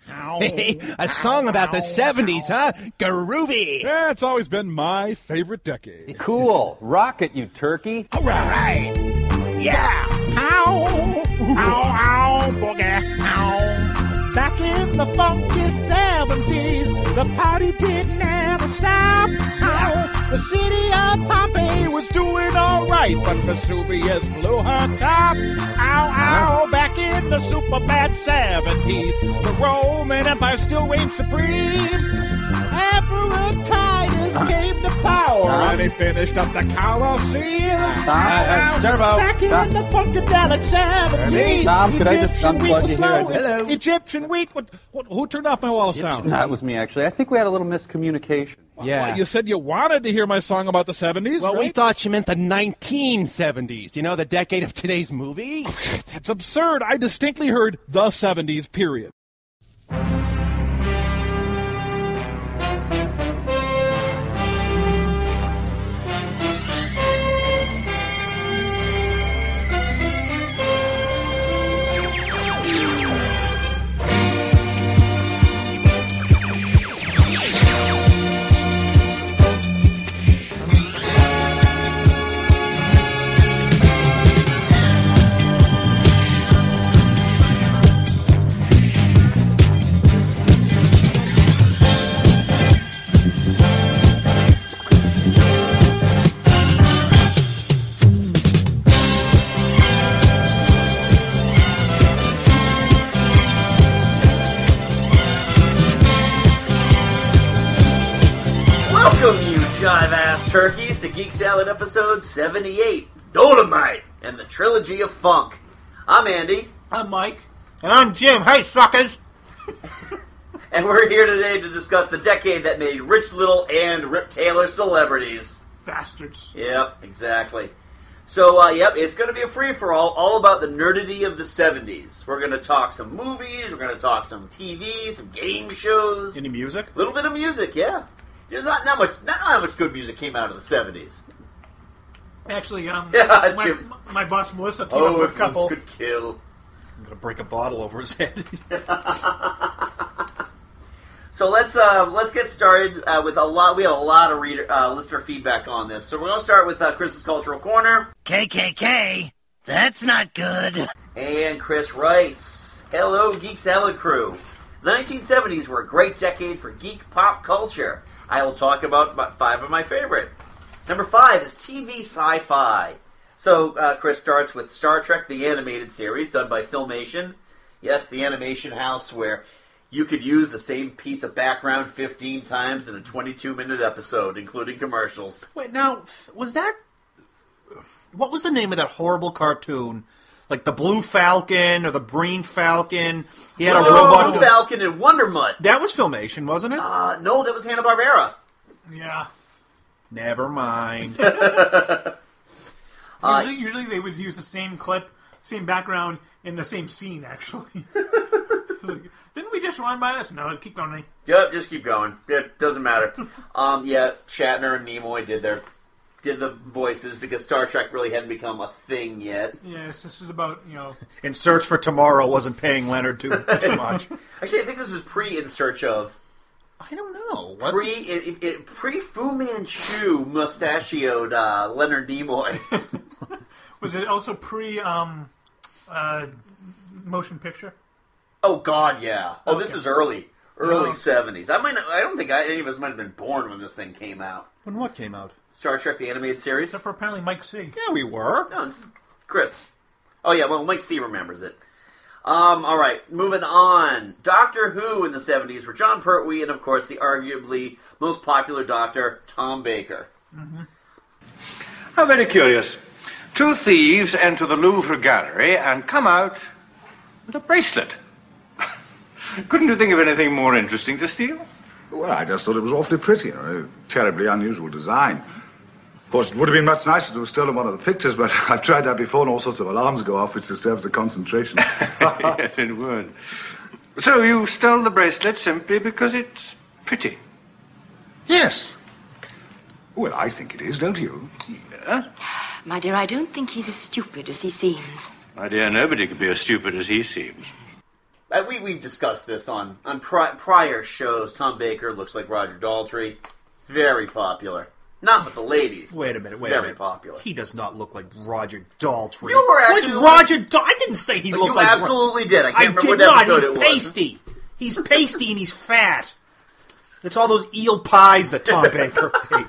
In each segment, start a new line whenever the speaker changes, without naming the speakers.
a song about the 70s, huh? Groovy.
Yeah, it's always been my favorite decade.
Cool. Rocket, you turkey.
All right. Yeah.
Ow, ow, ow, boogie, ow. Back in the funky 70s, the party didn't ever stop. Ow. The city of Pompeii was doing all right, but Vesuvius blew her top. Ow, ow, back in the super bad 70s, the Roman Empire still reigned supreme. Epaphroditus
Uh-huh.
came to power and he finished up the Colosseum.
uh,
Servo.
Back in the Funkadelic 70s.
Tom, could I just
Egyptian wheat
unplug
was
you here?
low.
Hello.
Egyptian wheat. What,
What, who turned off my wall of sound?
That was me, actually. I think we had a little miscommunication.
Yeah.
Well, you said you wanted to hear my song about the 70s,
Well, we
right?
thought you meant the 1970s. You know, the decade of today's movie?
That's absurd. I distinctly heard the 70s, period.
Welcome, you jive ass turkeys, to Geek Salad episode 78 Dolomite and the Trilogy of Funk. I'm Andy,
I'm Mike.
And I'm Jim. Hey, suckers!
and we're here today to discuss the decade that made Rich Little and Rip Taylor celebrities.
Bastards.
Yep, exactly. So, uh, yep, it's going to be a free for all, all about the nerdity of the 70s. We're going to talk some movies, we're going to talk some TV, some game shows, a
Any music?
little bit of music, yeah. There's not, not much not, not much good music came out of the 70s.
Actually, um,
Yeah,
my,
Jim.
my boss Melissa came up
Oh,
with a
if
couple.
couple. could kill.
I'm gonna break a bottle over his head.
So let's uh, let's get started uh, with a lot. We had a lot of reader uh, listener feedback on this. So we're going to start with uh, Chris's cultural corner,
KKK? That's not good.
and Chris writes, "Hello, Geek Salad Crew. The 1970s were a great decade for geek pop culture. I will talk about about five of my favorite. Number five is TV sci-fi. So uh, Chris starts with Star Trek: The Animated Series, done by Filmation. Yes, the animation house where you could use the same piece of background 15 times in a 22 minute episode, including commercials.
Wait, now f- was that? What was the name of that horrible cartoon? Like the Blue Falcon or the Breen Falcon? He had a robot.
Blue Falcon and Wonder Mutt.
That was filmation, wasn't it?
Uh, no, that was Hanna Barbera.
Yeah.
Never mind.
usually, usually they would use the same clip, same background, in the same scene, actually. Like, Didn't we just run by this? No, keep going.
Yep, just keep going. It doesn't matter. um, yeah, Shatner and Nimoy did their did the voices because Star Trek really hadn't become a thing yet.
Yes, this is about, you know,
In Search for Tomorrow wasn't paying Leonard too, too much.
Actually, I think this is pre In Search of.
I don't know. Was
Pre it, it- it, pre Fu Manchu mustachioed uh, Leonard Nimoy.
was it also pre um, uh, motion picture?
oh God, yeah. Oh, this is early, early
No.
seventies. I might. Not, I don't think I, any of us might have been born when this thing came out.
when what came out?
Star Trek: The Animated Series.
Except for apparently Mike Sig.
Yeah, we were.
No, it's Oh, Chris. Oh yeah, well Mike C remembers it. Um, all right, moving on. Doctor Who in the '70s were John Pertwee and of course the arguably most popular Doctor, Tom Baker.
How very curious. Two thieves enter the Louvre gallery and come out with a bracelet. Couldn't you think of anything more interesting to steal?
Well, I just thought it was awfully pretty, a terribly unusual design. Of course, it would have been much nicer to have stolen one of the pictures, but I've tried that before and all sorts of alarms go off, which disturbs the concentration.
yes, in a word. So you stole the bracelet simply because it's pretty.
yes. Well, I think it is, don't you?
My dear, I don't think he's as stupid as he seems.
My dear, nobody could be as stupid as he seems.
uh, we we've discussed this on on pri- prior shows. Tom Baker looks like Roger Daltrey, very popular. Not with the ladies.
Wait a minute. Wait a
very
minute.
popular.
He does not look like Roger Daltrey.
You were
Like
actually-
Roger. Dal- I didn't say he
You
looked like. Ro-
absolutely did. I can't
I
remember
did
what
not.
episode
He's
it was.
pasty. He's pasty and he's fat. It's all those eel pies that Tom Baker ate.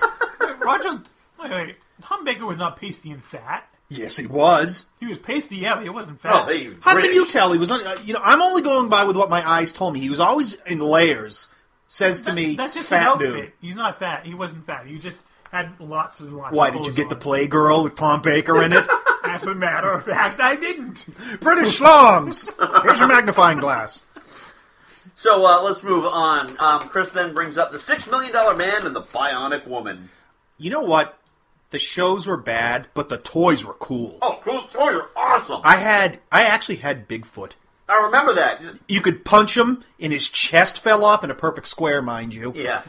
Roger, wait, wait. Tom Baker was not pasty and fat.
Yes, he was.
He was pasty, yeah, but he wasn't fat.
Oh, hey,
How
British.
can you tell he was? Un- uh, you know, I'm only going by with what my eyes told me. He was always in layers. Says to me,
That's just his
fat
outfit.
dude.
He's not fat. He wasn't fat. He just had lots and lots.
Why
of
did you
clothes
get the
on.
Playgirl with Tom Baker in it?
As a matter of fact, I didn't.
British schlongs. Here's your magnifying glass.
So uh, let's move on. Um, Chris then brings up the Six Million Dollar Man and the Bionic Woman.
You know what? The shows were bad, but the toys were cool.
Oh, cool toys are awesome. I,
I had, I actually had Bigfoot.
remember that.
You could punch him, and his chest fell off in a perfect square, mind you.
Yeah.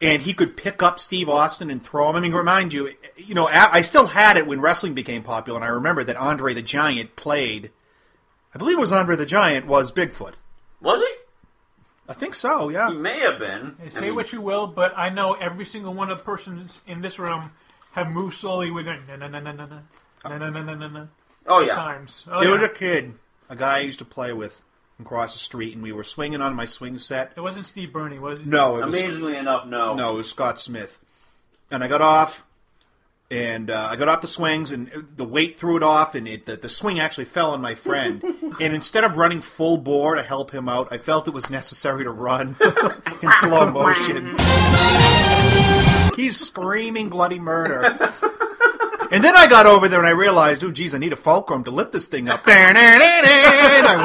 And he could pick up Steve Austin and throw him. I mean, remind you, you know, a- I still had it when wrestling became popular, and I remember that Andre the Giant played. I believe it was Andre the Giant was Bigfoot.
Was he?
I think so.
He
Yeah.
may have been.
Hey, Say what you will, but I know every single one of the persons in this room have moved slowly with their na na na na na na na na na na na na
Oh, yeah.
times. Oh,
There was
yeah.
a kid, a guy I used to play with, across the street, and we were swinging on my swing set.
It wasn't Steve Burney, was it?
No, it was
Amazingly enough, no.
No, it was Scott Smith. And I got off, and uh, I got off the swings, and the weight threw it off, and it, the, the swing actually fell on my friend. and instead of running full bore to help him out, I felt it was necessary to run in slow motion. He's screaming bloody murder. And then I got over there and I realized, oh, geez, I need a fulcrum to lift this thing up. And I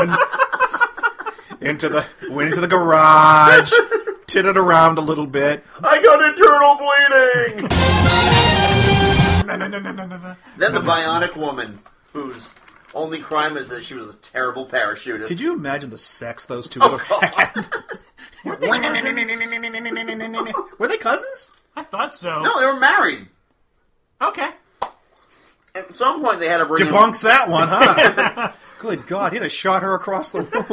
went into the went into the garage, titted around a little bit.
I got internal bleeding!
Na na na na na na na.
then the Bionic Woman, whose only crime is that she was a terrible parachutist. Oh,
Could you imagine the sex those two would have had? Were they cousins?
I thought so.
No, they were married.
Okay.
At some point, they had to bring in-
Debunks that one, huh? Good God, he'd have shot her across the room.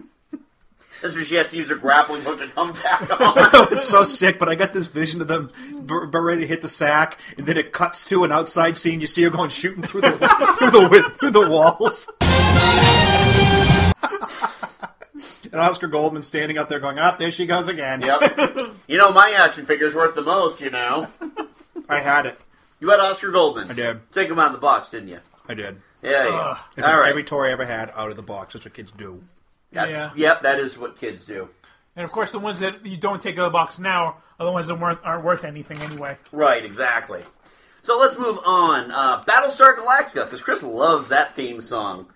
That's when she has to use her grappling hook to come back on.
it's so sick, but I got this vision of them b- b- ready to hit the sack, and then it cuts to an outside scene. You see her going shooting through the through the wi- through the walls. and Oscar Goldman standing out there going, "Up there she goes again."
yep. You know, my action figure's worth the most, you know.
I had it.
You had Oscar Goldman.
I did.
Take him out of the box, didn't you?
I did.
Yeah,
Ugh.
yeah. All right.
Every toy I ever had out of the box. That's what kids do.
That's,
Yeah.
Yep, that is what kids do.
And of course, the ones that you don't take out of the box now are the ones that weren't, aren't worth anything anyway.
Right, exactly. So let's move on. Uh, Battlestar Galactica, because Chris loves that theme song.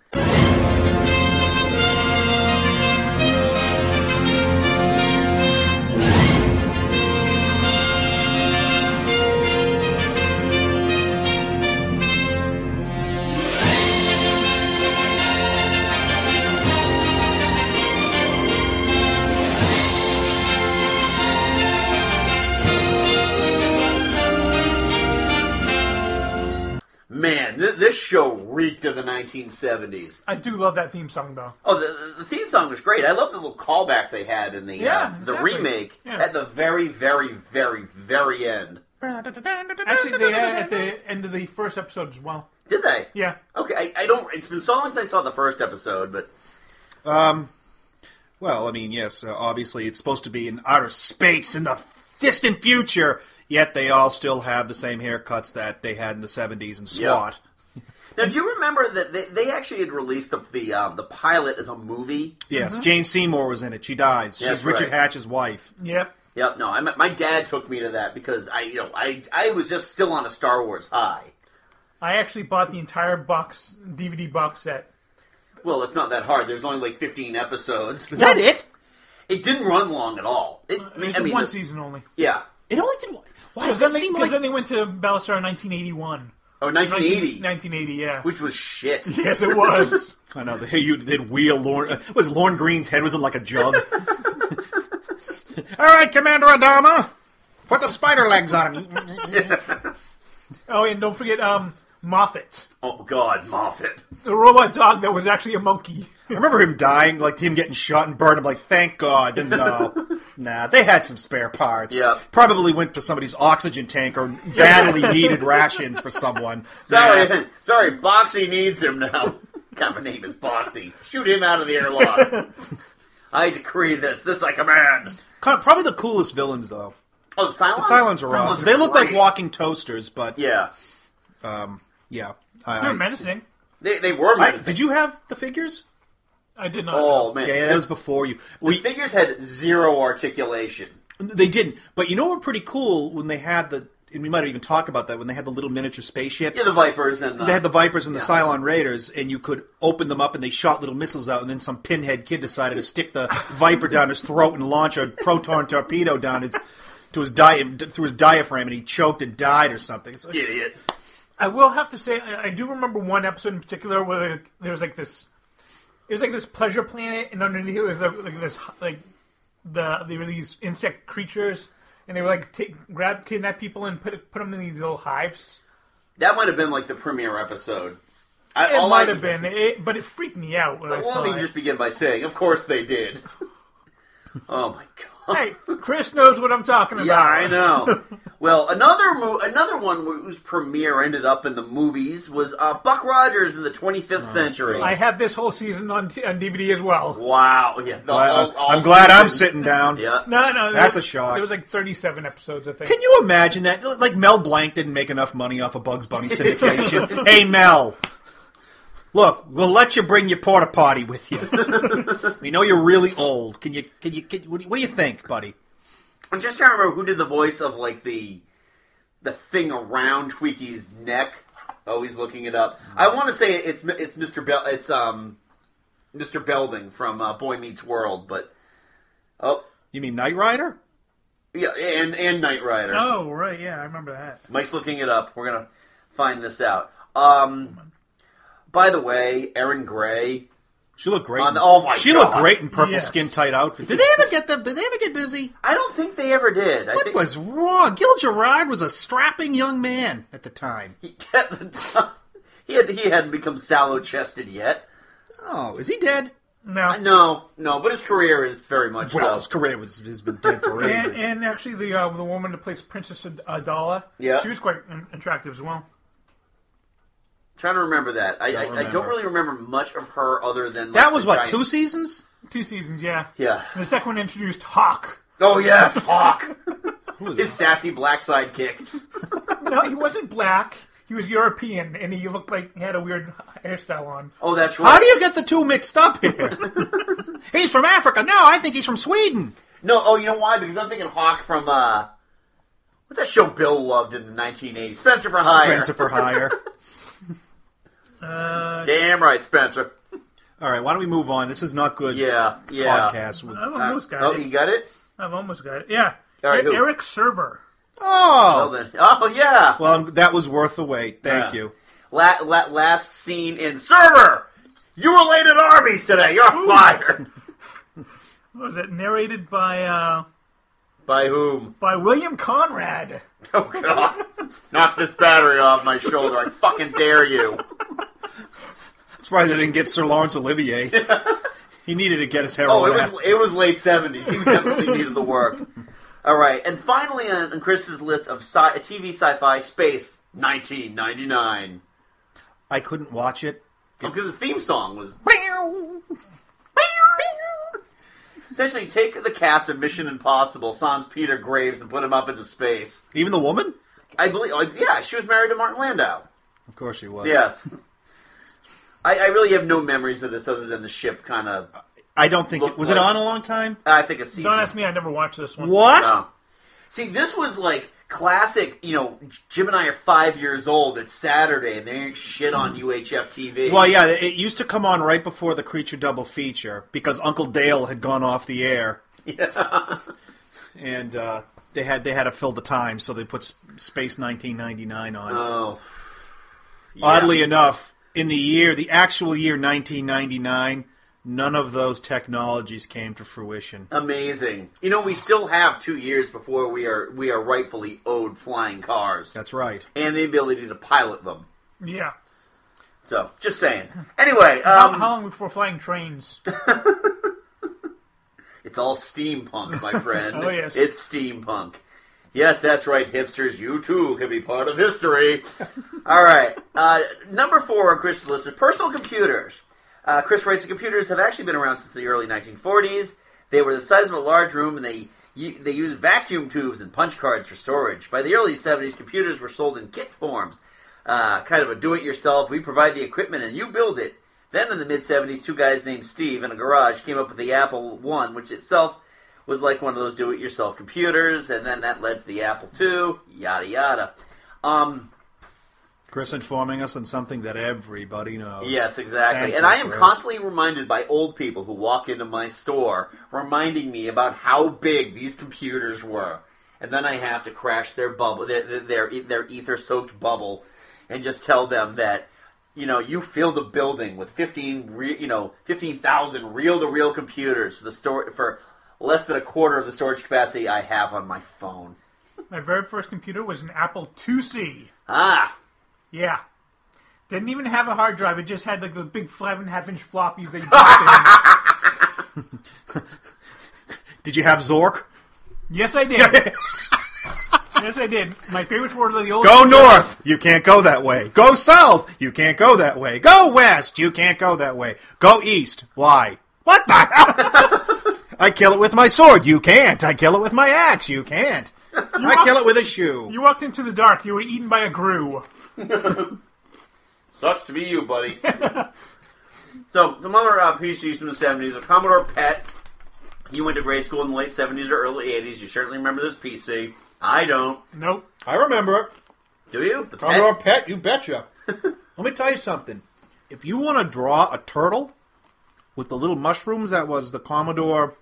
Man, th- this show reeked of the 1970s.
I do love that theme song though.
Oh, the, the theme song was great. I love the little callback they had in the
Yeah,
uh, the
exactly.
remake
Yeah.
at the very, very, very, very end.
Actually, they had it at the end of the first episode as well.
Did they?
Yeah.
Okay, I, I don't. It's been so long since I saw the first episode, but
Well, I mean, yes, uh, obviously it's supposed to be in outer space in the distant future, yet they all still have the same haircuts that they had in the 70s in SWAT.
now do you remember that they, they actually had released the the, um, the pilot as a movie?
Yes, Jane Seymour was in it. She dies. She's
That's
Richard
right.
Hatch's wife.
Yep.
Yep. No, I, my dad took me to that because I, you know, I I was just still on a Star Wars high.
I actually bought the entire box DVD box set.
Well, it's not that hard. There's only like 15 episodes.
Is that it?
It didn't run long at all. It,
It was
I mean,
one
the-
season only.
Yeah.
It only did. Why
Because
does
then,
it
they-
seem
'cause
like
then they went to Battlestar in 1981.
Oh, 1980,
1980, yeah.
which was shit.
yes, it was.
I know. Hey, you did wheel Lorne. Uh, was Lorne Green's head was in like a jug? All right, Commander Adama, put the spider legs on him.
oh, and don't forget um, Moffat.
Oh God, Moffat.
The robot dog that was actually a monkey.
I remember him dying, like him getting shot and burned. I'm like, thank God. And no, nah, they had some spare parts.
Yeah.
Probably went for somebody's oxygen tank or badly needed rations for someone.
Sorry,
Nah.
sorry, Boxy needs him now. God, my name is Boxy. Shoot him out of the airlock. I decree this. This I command.
Co- Probably the coolest villains, though.
Oh, the Cylons?
The Cylons are awesome. They look like
great.
walking toasters, but
Yeah.
um, yeah.
They're
I, I,
menacing.
They, they were
I-
menacing.
did you have the figures?
I did not.
Oh, man.
Yeah, yeah, that was before you.
The figures had zero articulation.
They didn't. But you know what? were Pretty cool when they had the. And we might have even talked about that when they had the little miniature spaceships.
Yeah, the Vipers and the...
they had the Vipers and the Cylon Raiders, and you could open them up, and they shot little missiles out, and then some pinhead kid decided to stick the Viper down his throat and launch a proton torpedo down his to his di- through his diaphragm, and he choked and died or something. It's like,
Idiot.
I will have to say, I, I do remember one episode in particular where there, there was like this. It was like this pleasure planet, and underneath it was like, like this, like the they were these insect creatures, and they were like take grab kidnap people and put put them in these little hives.
That might have been like the premiere episode. I,
It
all
might
I-
have been, it, but it freaked me out when I
Well,
saw
let me
it.
just begin by saying, of course they did. oh my god.
Hey, Chris knows what I'm talking about.
Yeah, I know. well, another mo- another one whose premiere ended up in the movies was uh, Buck Rogers in the 25th
Oh,
century.
I have this whole season on t- on DVD as well.
wow. Yeah. the-
I,
all- all
am glad I'm
season.
sitting down.
Yeah.
No, no,
That's
there-
a shock.
There was like 37 episodes, I think.
Can you imagine that? Like Mel Blanc didn't make enough money off of Bugs Bunny syndication. hey Mel, look, we'll let you bring your porta potty with you. we know you're really old. Can you? Can you? Can, you- what do you- what do you think, buddy?
I'm just trying to remember who did the voice of like the the thing around Tweaky's neck. Always looking it up. I
Mm.
want to say it's it's Mr. Bell. It's um Mr. Belding from uh, Boy Meets World, but oh
You mean Knight Rider?
yeah, and and Knight Rider.
Oh, right, yeah, I remember that.
Mike's looking it up. We're gonna find this out. Um, by the way, Erin Gray.
She looked great.
On
in-
the- oh my
she
God.
looked great in purple
Yes.
skin tight outfit. Did they ever get them? Did they ever get busy?
I don't think they ever did. I
What
think
was wrong? Gil Gerard was a strapping young man at the time.
he at the time he had he hadn't become sallow chested yet.
Oh, is he dead?
No,
No, no, but his career is very much
Well, his
so.
career was has been dead for
And,
ages.
and actually, the uh, the woman that plays Princess Ad- Adala,
Yeah.
she was quite in- attractive as well.
Trying to remember that. I, I, I don't
remember.
really remember much of her other than like,
That was
the
what
giant-
two seasons?
Two seasons, yeah.
Yeah.
And the second one introduced Hawk.
Oh yes, Hawk. his sassy black sidekick.
No, he wasn't black. He was European, and he looked like he had a weird hairstyle on.
Oh, that's right.
How do you get the two mixed up here? he's from Africa. No, I think he's from Sweden.
No, oh, you know why? Because I'm thinking Hawk from uh, what's that show Bill loved in the 1980s? Spencer for Hire.
Spencer for hire.
Damn right, Spencer.
All right, why don't we move on? This is not good.
Yeah, yeah.
Podcast. with-
I've almost got
Oh,
it.
you got it.
I've almost got it. Yeah. E-,
All right, who?
Eric Server.
Oh,
Oh,
then. oh yeah.
well, I'm- that was worth the wait. Thank
Yeah.
you.
La- la- last scene in Server. You were late at Arby's today. You're fired.
What was it? Narrated by uh,
By whom?
by William Conrad.
Oh God! Knock this battery off my shoulder. I fucking dare you.
That's why they didn't get Sir Lawrence Olivier. he needed to get his heroin.
Oh, it
out.
was it was late seventies. He definitely needed the work. All right, and finally on, on Chris's list of sci- TV sci-fi space nineteen ninety nine
I couldn't watch it.
because the theme song was essentially take the cast of Mission Impossible, Sans Peter Graves, and put him up into space.
Even the woman?
I believe, like, yeah, she was married to Martin Landau.
Of course she was.
Yes. I, I really have no memories of this other than the ship kind of.
I don't think it
Looked
was it
like-
on a long time.
I think a season.
Don't ask me. I never watched this one.
What?
No. See, this was like classic. You know, Jim and I are five years old. It's Saturday, and there ain't shit on UHF TV.
Well, yeah, it used to come on right before the creature double feature because Uncle Dale had gone off the air. and uh, they had they had to fill the time, so they put S- Space 1999 on.
Oh.
Oddly enough, in the year, the actual year 1999, none of those technologies came to fruition.
Amazing. You know, we still have two years before we are we are rightfully owed flying cars
That's right.
and the ability to pilot them.
Yeah.
So, just saying. Anyway,
How,
um,
how long before flying trains?
it's all steampunk, my friend.
Oh, yes.
It's steampunk. Yes, that's right, hipsters. You too can be part of history. all right. Uh, number four on Chris's list is personal computers. Uh, Chris writes that computers have actually been around since the early 1940s. They were the size of a large room, and they u- they used vacuum tubes and punch cards for storage. By the early 70s, computers were sold in kit forms, uh, kind of a do-it-yourself. We provide the equipment and you build it. Then in the mid 70s, two guys named Steve in a garage came up with the Apple One, which itself was like one of those do-it-yourself computers, and then that led to the Apple II. Yada yada. Um,
Chris informing us on something that everybody knows.
Yes, exactly.
Thank
and
you,
I am
Chris.
constantly reminded by old people who walk into my store, reminding me about how big these computers were. And then I have to crash their bubble, their their- their, e, their ether-soaked bubble, and just tell them that you know you filled the building with fifteen, re- you know, fifteen thousand reel-to-reel computers for the store for less than a quarter of the storage capacity I have on my phone.
My very first computer was an Apple IIc.
Ah,
Yeah. Didn't even have a hard drive. It just had like the big five and a half inch floppies that you put
Did you have Zork?
in. Yes, I did. yes, I did. My favorites were the old.
Go north! You can't go that way. Go south! You can't go that way. Go west! You can't go that way. Go east! Why? What the hell? I kill it with my sword. You can't. I kill it with my axe. You can't. I kill it with a shoe.
You walked into the dark. You were eaten by a grue.
Sucks to be you, buddy. so, some other uh, PCs from the 70s. A Commodore PET. You went to grade school in the late 70s or early 80s. You certainly remember this PC. I don't.
Nope.
I remember it.
Do you? The Pet?
Commodore Pet, you betcha. Let me tell you something. If you want to draw a turtle with the little mushrooms that was the Commodore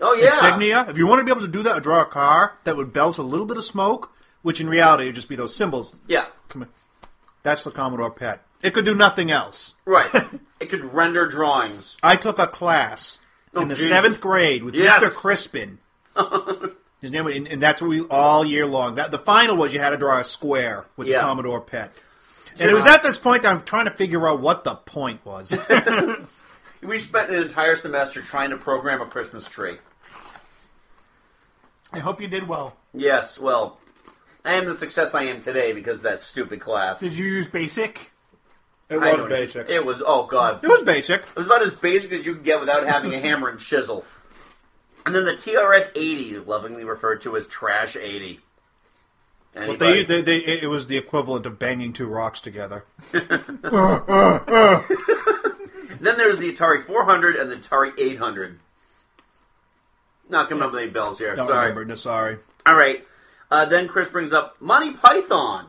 Oh, yeah.
insignia, if you want to be able to do that, draw a car that would belch a little bit of smoke, which in reality would just be those symbols.
Yeah.
Come here. That's the Commodore Pet. It could do nothing else.
Right. it could render drawings.
I took a class in the
geez.
seventh grade with
Oh, Yes.
Mr. Crispin. His name, and, and that's what we all year long. That the final was you had to draw a square with
Yeah.
the Commodore Pet. And it was at this point that I'm trying to figure out what the point was.
We spent an entire semester trying to program a Christmas tree.
I hope you did well.
Yes, well, I am the success I am today because of that stupid class.
Did you use BASIC?
It
I don't- It was, oh, God.
It was basic.
It was about as basic as you could get without having a hammer and chisel. And then the TRS 80, lovingly referred to as Trash 80.
But
Anybody?
they, they, they, it was the equivalent of banging two rocks together.
Then there was the Atari 400 and the Atari 800. Not coming up with any bells here.
Don't
Sorry.
remember. No, sorry.
All right. Uh, then Chris brings up Monty Python.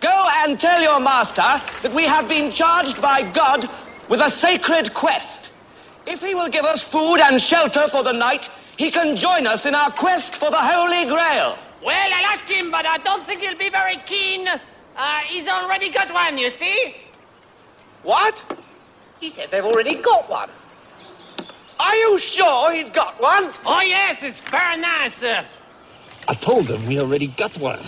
Go and tell your master that we have been charged by God with a sacred quest. If he will give us food and shelter for the night, he can join us in our quest for the Holy Grail.
Well, I'll ask him, but I don't think he'll be very keen. Uh, he's already got one, you see?
What? He says they've already got one. Are you sure he's got one?
Oh, yes, it's very nice, sir.
I told them we already got one.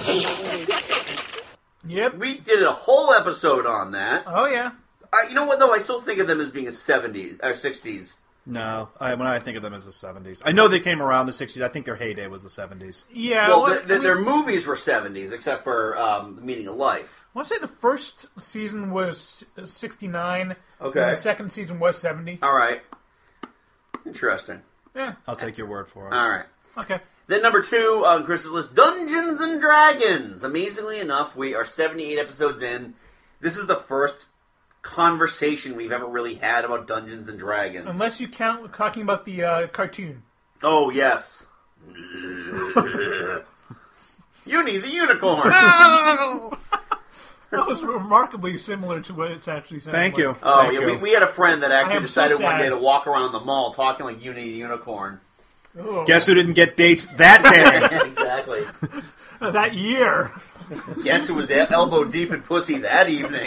Yep.
We did a whole episode on that.
Oh yeah.
Uh, you know what, though? I still think of them as being a 70s or 60s.
No, I, when I think of them as the 70s. I know they came around the 60s. I think their heyday was the 70s.
Yeah.
Well,
well,
th- th-
we-
their movies were 70s, except for um, The Meaning of Life.
I want to say the first season was s- 69.
Okay. Uh,
And the second season was 70.
All right. Interesting.
Yeah.
I'll take your word for it.
All right.
Okay.
Then number two on Chris's list, Dungeons and Dragons. Amazingly enough, we are 78 episodes in. This is the first conversation we've ever really had about Dungeons and Dragons.
Unless you count talking about the uh, cartoon.
oh yes. you need the unicorn.
That was remarkably similar to what it's actually saying.
Thank you.
Oh
Thank
yeah,
you.
we, we had a friend that
I
actually
am so
decided one
sad.
day to walk around the mall talking like you need a unicorn.
Oh,
Guess who didn't get dates that day?
exactly.
that year.
Guess who was el- elbow deep in pussy that evening?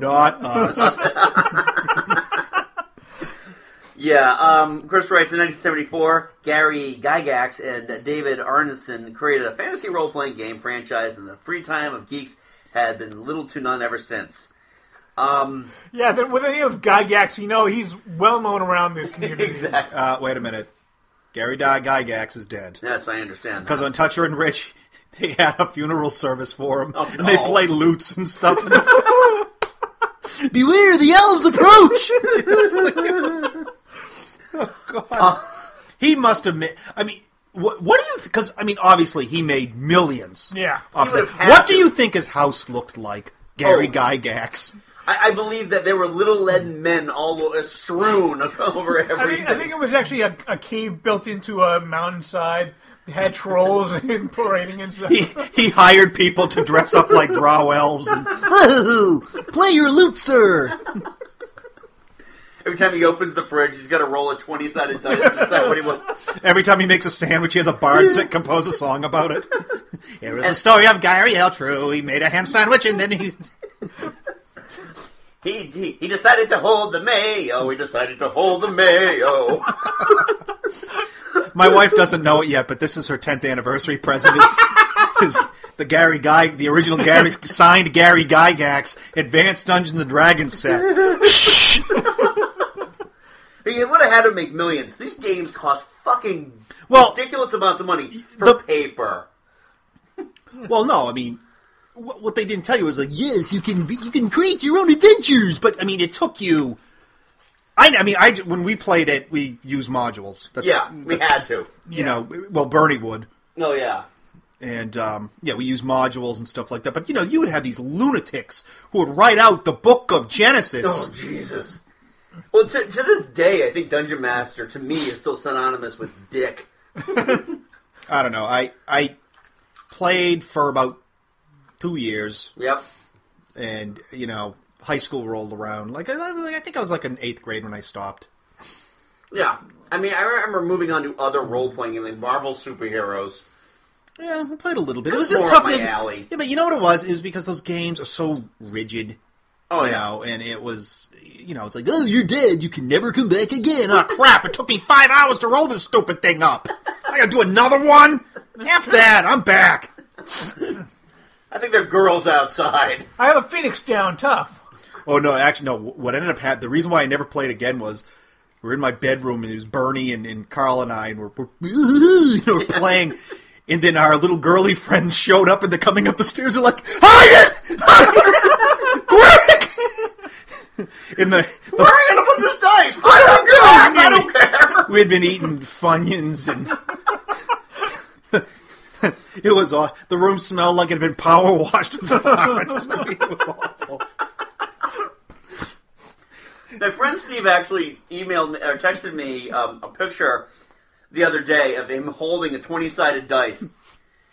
Not us.
Yeah, um, Chris writes in 1974, Gary Gygax and David Arneson created a fantasy role playing game franchise, and the free time of geeks had been little to none ever since. Um,
yeah, then with any of Gygax, you know he's well known around the community.
exactly.
Uh, wait a minute. Gary Di Gygax is dead.
Yes, I understand.
Because on Toucher and Rich, they had a funeral service for him, and they
Oh, no.
played lutes and stuff. Beware, the elves approach! It's like- oh, God. He must have. Mi- I mean, what, what do you. Because, I mean, obviously, he made millions.
Yeah.
Off
He would
that.
have had
What do
to.
you think his house looked like, Gary
Oh.
Gygax?
I, I believe that there were little leaden men all o- strewn over
I
everything.
think, I think it was actually a, a cave built into a mountainside. They had trolls and parading and stuff.
He, he hired people to dress up like drow elves and. Woohoo! Play your lute, sir!
Every time he opens the fridge, he's got to roll a twenty-sided dice to decide what he wants.
Every time he makes a sandwich, he has a bard sit compose a song about it. Here is the story of Gary Eltrue. He made a ham sandwich and then he.
He, he he decided to hold the mayo. He decided to hold the mayo.
My wife doesn't know it yet, but this is her tenth anniversary present. Is, is the Gary Guy, the original Gary signed Gary Gygax Advanced Dungeons and Dragons set. Shh.
he would have had to make millions. These games cost fucking
Well-
ridiculous amounts of money for
the-
paper.
Well, no, I mean, what, what they didn't tell you was like, yes, you can be, you can create your own adventures, but I mean, it took you. I, I mean, I when we played it, we used modules. That's,
Yeah, we had to.
you know, well, Bernie would.
No, yeah.
and um, yeah, we use modules and stuff like that. But you know, you would have these lunatics who would write out the Book of
Oh
Genesis.
Jesus. Well, to, to this day, I think Dungeon Master to me is still synonymous with dick.
I don't know. I I played for about two years,
Yep.
and you know, high school rolled around. Like I, I think I was like in eighth grade when I stopped.
Yeah. I mean, I remember moving on to other role playing games like Marvel superheroes.
Yeah, I played a little bit. It was
That's
just
more
tough.
up my
to-
alley.
Yeah, but you know what it was? It was because those games are so rigid.
Oh
you know, and it was, you know, it's like, oh, you're dead. You can never come back again. Oh, crap. It took me five hours to roll this stupid thing up. I gotta do another one? F that. I'm back.
I think there are girls outside.
I have a Phoenix down tough.
Oh, no, actually, no. What ended up happening, the reason why I never played again was we were in my bedroom and it was Bernie and, and Carl and I and we're, we're, you know, we're playing. And then our little girly friends showed up and they're coming up the stairs and like, hide it! Hide it! Quick! And the, the
We're gonna put this dice.
I
I don't care.
We had been eating Funyuns and. It was aw- the room smelled like it had been power washed with farts. I mean, it was awful.
My friend Steve actually emailed me, or texted me um, a picture the other day of him holding a twenty-sided dice,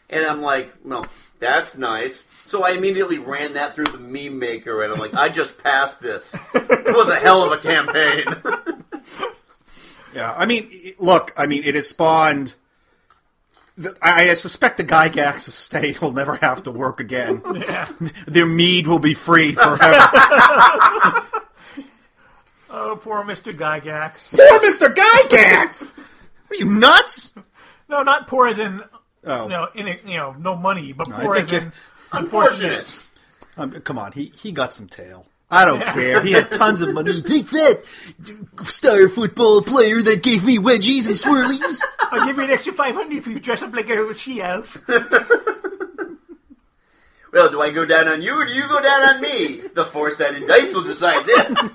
and I'm like, "Well, that's nice." So I immediately ran that through the meme maker, and I'm like, "I just passed this. It was a hell of a campaign."
Yeah, I mean, it- look, I mean, it has spawned. the- I I suspect the Gygax estate will never have to work again. Their mead will be free forever.
Oh, poor Mr. Gygax.
Poor Mr. Gygax! Are you nuts?
No, not poor as in
Oh,
you know, in it, you know, no money, but
I
poor
think
as in
you-
unfortunate.
Um, come on, he he got some tail. I don't care. He had tons of money. Take that, star football player that gave me wedgies and swirlies.
I'll give you an extra five hundred if you dress up like a she elf.
Well, do I go down on you, or do you go down on me? The four-sided dice will decide this.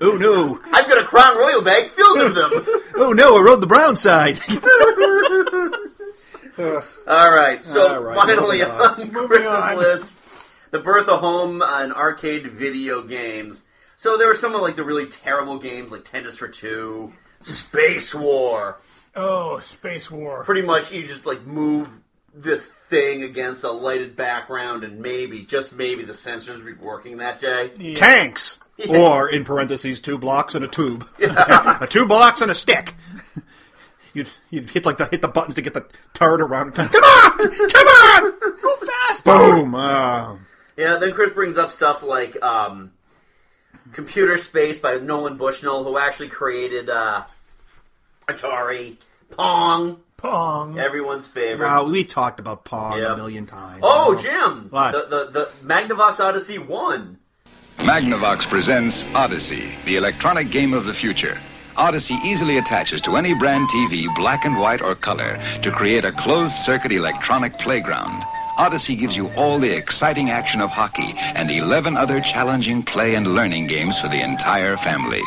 Oh no!
I've got a crown royal bag filled with them.
Oh no! I rode the brown side.
All right. So
All right,
finally
moving on.
on Chris's
on.
list, the birth of home and arcade video games. So there were some of like the really terrible games like Tennis for Two, Space War.
Oh, space war.
Pretty much you just like move this thing against a lighted background and maybe just maybe the sensors would be working that day.
Tanks, or in parentheses, two blocks and a tube. a two blocks and a stick. You'd you'd hit like the hit the buttons to get the turret around. Come on! Come on!
Go fast.
Boom! Oh.
Yeah, then Chris brings up stuff like um, Computer Space by Nolan Bushnell, who actually created uh, Atari, Pong,
Pong.
everyone's favorite.
Wow, we talked about Pong
Yeah.
a million times.
Oh,
Wow.
Jim!
What?
The, the, the Magnavox Odyssey 1.
Magnavox presents Odyssey, the electronic game of the future. Odyssey easily attaches to any brand TV, black and white or color, to create a closed circuit electronic playground. Odyssey gives you all the exciting action of hockey and 11 other challenging play and learning games for the entire family.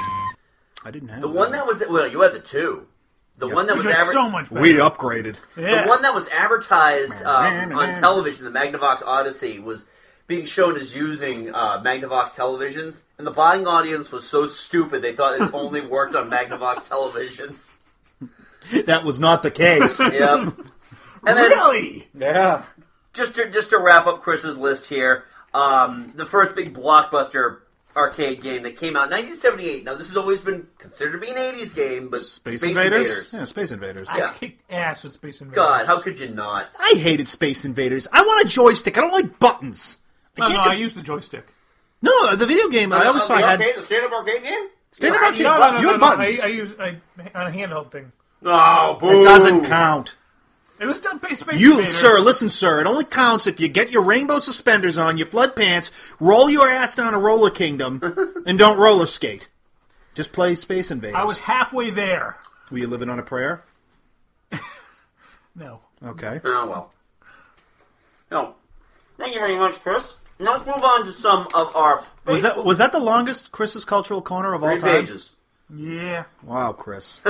I didn't have
The one that was well, you had the two. The one that was
Which are
adver-
so much better. We upgraded.
The one that was advertised um, on television, the Magnavox Odyssey, was being shown as using uh, Magnavox televisions, and the buying audience was so stupid they thought it only worked on Magnavox televisions.
that was not the case.
Yep. And then, really?
Yeah.
Just to just to wrap up Chris's list here, um, the first big blockbuster arcade game that came out in 1978. Now this has always been considered to be an 80s game, but Space, Invaders.
Yeah, Space Invaders.
Yeah.
I kicked ass with Space Invaders.
God, how could you not?
I hated Space Invaders. I want a joystick. I don't like buttons.
No, no,
can't
I
get-
use the joystick.
No, the video game I always saw I had.
Uh, the stand-up arcade game.
Stand-up arcade.
No, no, no,
you
no,
had
no, I,
buttons.
I use I, on a handheld thing.
No,
It doesn't count.
It was still Space Space
You,
Invaders.
sir, listen, sir. It only counts if you get your rainbow suspenders on, your flood pants, roll your ass down a roller kingdom, and don't roller skate. Just play Space Invaders.
I was halfway there.
Were you living on a prayer?
No.
Okay.
Oh well. No. Thank you very much, Chris. Now let's move on to some of our
Was that was that the longest Chris's cultural corner of all
three
time?
pages.
Yeah.
Wow, Chris.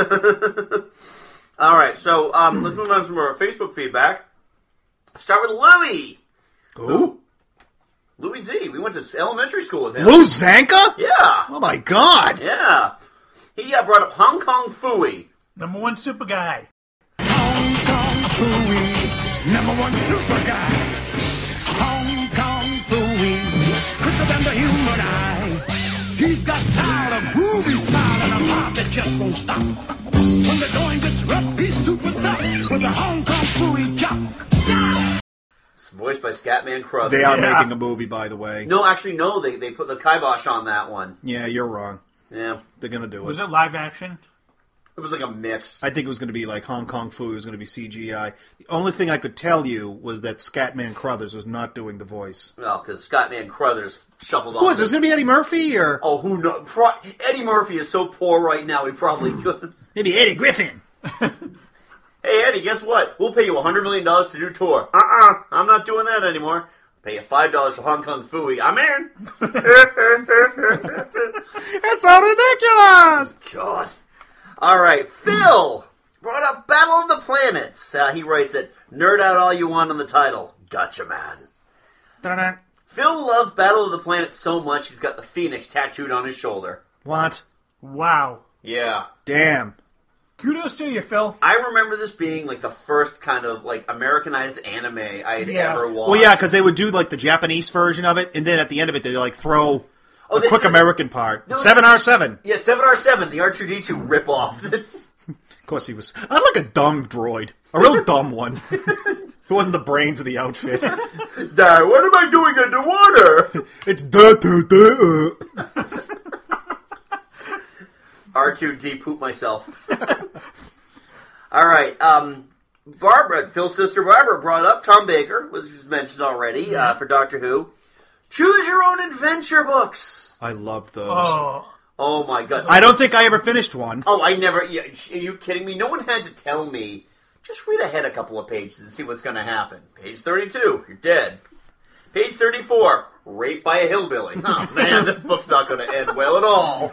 All right, so um, let's move on to some of our Facebook feedback. Start with Louis.
Who?
Louis Z. We went to elementary school with him.
Lou Zanka?
Yeah.
Oh my God.
Yeah. He uh, brought up Hong Kong Fooey.
Number one super guy.
Number one super guy. Hong Kong Fooey. Quicker than the human eye. He's got style, a groovy smile, and a pop that just won't stop. When the going gets rough, he's super tough. With a Hong Kong Fooey chop.
It's voiced by Scatman Crothers.
They are making a movie, by the way.
No, actually, no. They they put the kibosh on that one.
Yeah, you're wrong.
Yeah.
They're gonna do
Was
it.
it live action?
It was like a mix.
I think it was gonna be like Hong Kong Fu. It was gonna be CGI. The only thing I could tell you was that Scatman Crothers was not doing the voice.
Well, because Scatman Crothers shuffled
Who
on.
is this? Gonna be Eddie Murphy or
Oh, who knows? Pro- Eddie Murphy is so poor right now, he probably could.
maybe Eddie Griffin?
Hey, Eddie, guess what? We'll pay you $100 million to do tour. Uh-uh, I'm not doing that anymore. Pay you $5 for Hong Kong Fooey. I'm in.
That's so ridiculous.
God. All right, Phil brought up Battle of the Planets. Uh, he writes it, nerd out all you want on the title. Gotcha, man. Phil loved Battle of the Planets so much he's got the phoenix tattooed on his shoulder.
What?
Wow.
Yeah.
Damn.
Kudos to you, Phil.
I remember this being like the first kind of like Americanized anime I had
Yeah.
ever watched.
Well, yeah, because they would do like the Japanese version of it, and then at the end of it, they like throw
Oh,
the
they-
quick
they-
American part.
No,
Seven R seven.
Yeah, seven R seven, the R two D two ripoff.
Of course, he was. I'm like a dumb droid, a real dumb one. Who wasn't the brains of the outfit?
Dad, what am I doing underwater?
It's da da da. uh.
R two D poop myself. All right, um, Barbara, Phil's sister Barbara, brought up Tom Baker, which was mentioned already uh, for Doctor Who. Choose your own adventure books.
I love those.
Oh,
Oh my god!
I don't think I ever finished one.
Oh, I never. Yeah, sh- are you kidding me? No one had to tell me. Just read ahead a couple of pages and see what's going to happen. Page 32, you're dead. Page 34, raped by a hillbilly. Oh, man, this book's not going to end well at all.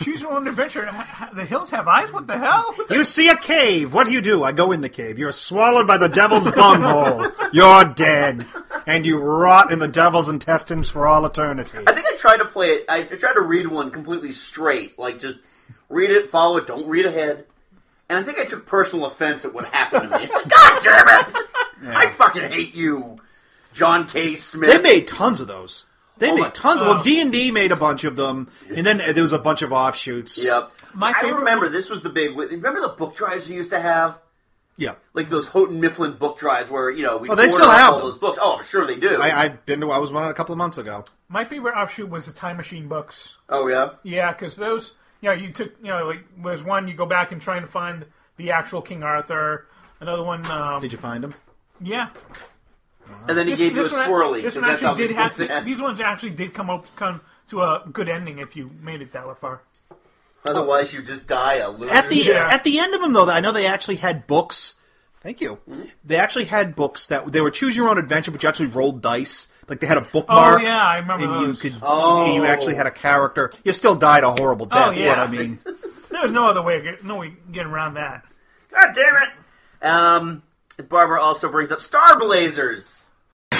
choose your own adventure. Ha- The hills have eyes. What the hell? What the-
You see a cave. What do you do? I go in the cave. You're swallowed by the devil's bunghole. You're dead. And you rot in the devil's intestines for all eternity.
I think I tried to play it, I tried to read one completely straight. Like, just read it, follow it, don't read ahead. And I think I took personal offense at what happened to me. God damn it! I fucking hate you, John K. Smith.
They made tons of those. They
Oh my-
made tons. Well, D and D made a bunch of them, and then uh, there was a bunch of offshoots.
Yep.
My
I
favorite-
remember this was the big. Remember the book drives we used to have,
Yeah.
like those Houghton Mifflin book drives where you know we.
Oh, they
order
still
up
have
all
them.
those books. Oh, I'm sure they do.
I, I've been to. I was one a couple of months ago.
My favorite offshoot was the Time Machine books.
oh yeah.
Yeah, because those, you know, you took, you know, like, there's one you go back and trying to find the actual King Arthur. Another one, um,
Did you find them?
yeah.
And then he gave you a
one-
swirly,
This
'cause
one
that's how
actually did
these
have
ones end.
these ones actually did come up come to a good ending if you made it that far.
Otherwise, you just die a loser.
At the at the end of them, though, I know they actually had books. Thank you. They actually had books that they were choose your own adventure, but you actually rolled dice. Like they had a bookmark.
yeah, I remember
and
those.
You could,
Oh.
you actually had a character. You still died a horrible death.
Oh, yeah.
But I mean,
There's no other way. No way get around that.
Oh, God damn it! Um, Barbara also brings up Star Blazers.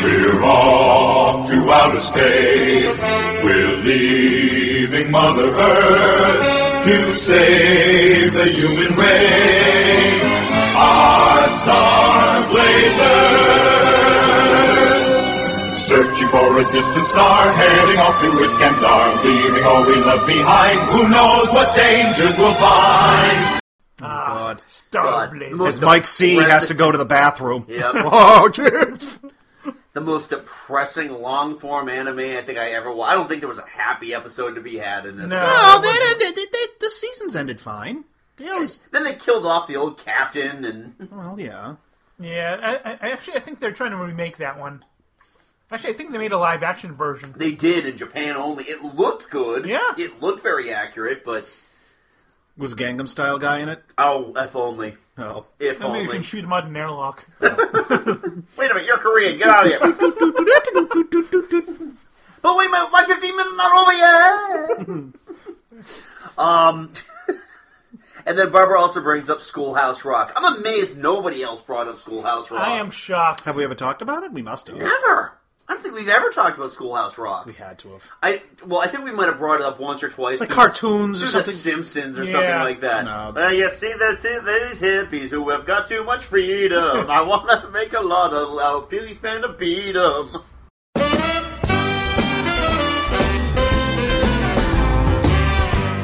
We're off to outer space. We're leaving Mother Earth to save the human race. Our star blazers. Searching for a distant star, heading off to Iskandar, leaving all we love behind. Who knows what dangers we'll find?
Ah. Oh, God,
Ah, Star
as Mike C has to go to the bathroom.
Yep.
oh, dude.
the most depressing long form anime I think I ever. Well, I don't think there was a happy episode to be had in this.
no, they ended. They, they, the seasons ended fine. They always.
Then they killed off the old captain, and
well, yeah.
Yeah, I, I- I actually I think they're trying to remake that one. Actually, I think they made a live action version.
They did in Japan only. It looked good. Yeah, it looked very accurate, but
Was Gangnam Style guy in it?
oh, if only.
Oh,
if
Maybe you
only.
can shoot him out in an airlock.
Wait a minute, you're Korean. Get out of here. but wait, my my fifteen minutes not over yet. um. And then Barbara also brings up Schoolhouse Rock. I'm amazed nobody else brought up Schoolhouse Rock.
I am shocked.
Have we ever talked about it? We must have.
Never. I don't think we've ever talked about Schoolhouse Rock. We
had to have.
I well, I think we might have brought it up once or twice.
Like
through the-
cartoons or
through the
something?
Simpsons or
Yeah.
something like that.
No.
Well, you see, there's th- these hippies who have got too much freedom. I want to make a lot of loud Billy Span to beat 'em.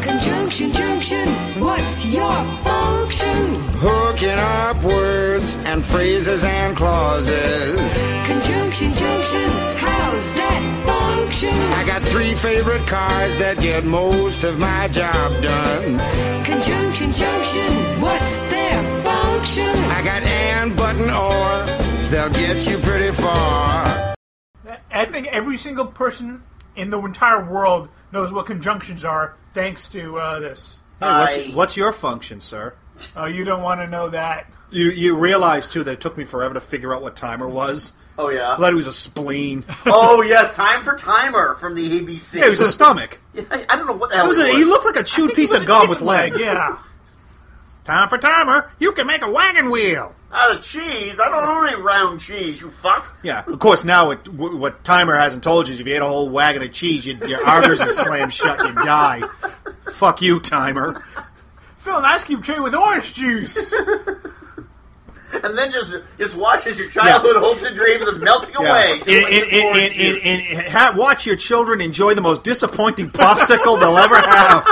Conjunction, junction, what's your function?
Hooking up words and phrases and clauses.
Conjunction, junction, how's that function?
I got three favorite cars that get most of my job done.
Conjunction, junction, what's their function?
I got and, but, and, or. They'll get you pretty far.
I think every single person in the entire world knows what conjunctions are, thanks to uh, this.
Hey, what's, what's your function, sir?
Oh, you don't want to know that.
You you realize too that it took me forever to figure out what timer was.
Oh yeah.
I thought it was a spleen.
oh yes, time for timer from the ABC.
Yeah, it was a stomach.
Yeah, I, I don't know what the
It
hell
was a- he looked like a chewed
think it
piece
was
of
a
gum
chicken
with
leg,
legs.
yeah.
Time for timer. You can make a wagon wheel.
out of cheese. I don't own any round cheese. You fuck.
Yeah, of course. Now what, what timer hasn't told you is if you ate a whole wagon of cheese, you, your arteries would slam shut. You would die. Fuck you, timer.
Fill an ice cube tray with orange juice.
And then just just watch as your childhood hopes and dreams are melting away.
In, in, in, in, in, in- ha- watch your children enjoy the most disappointing popsicle they'll ever have.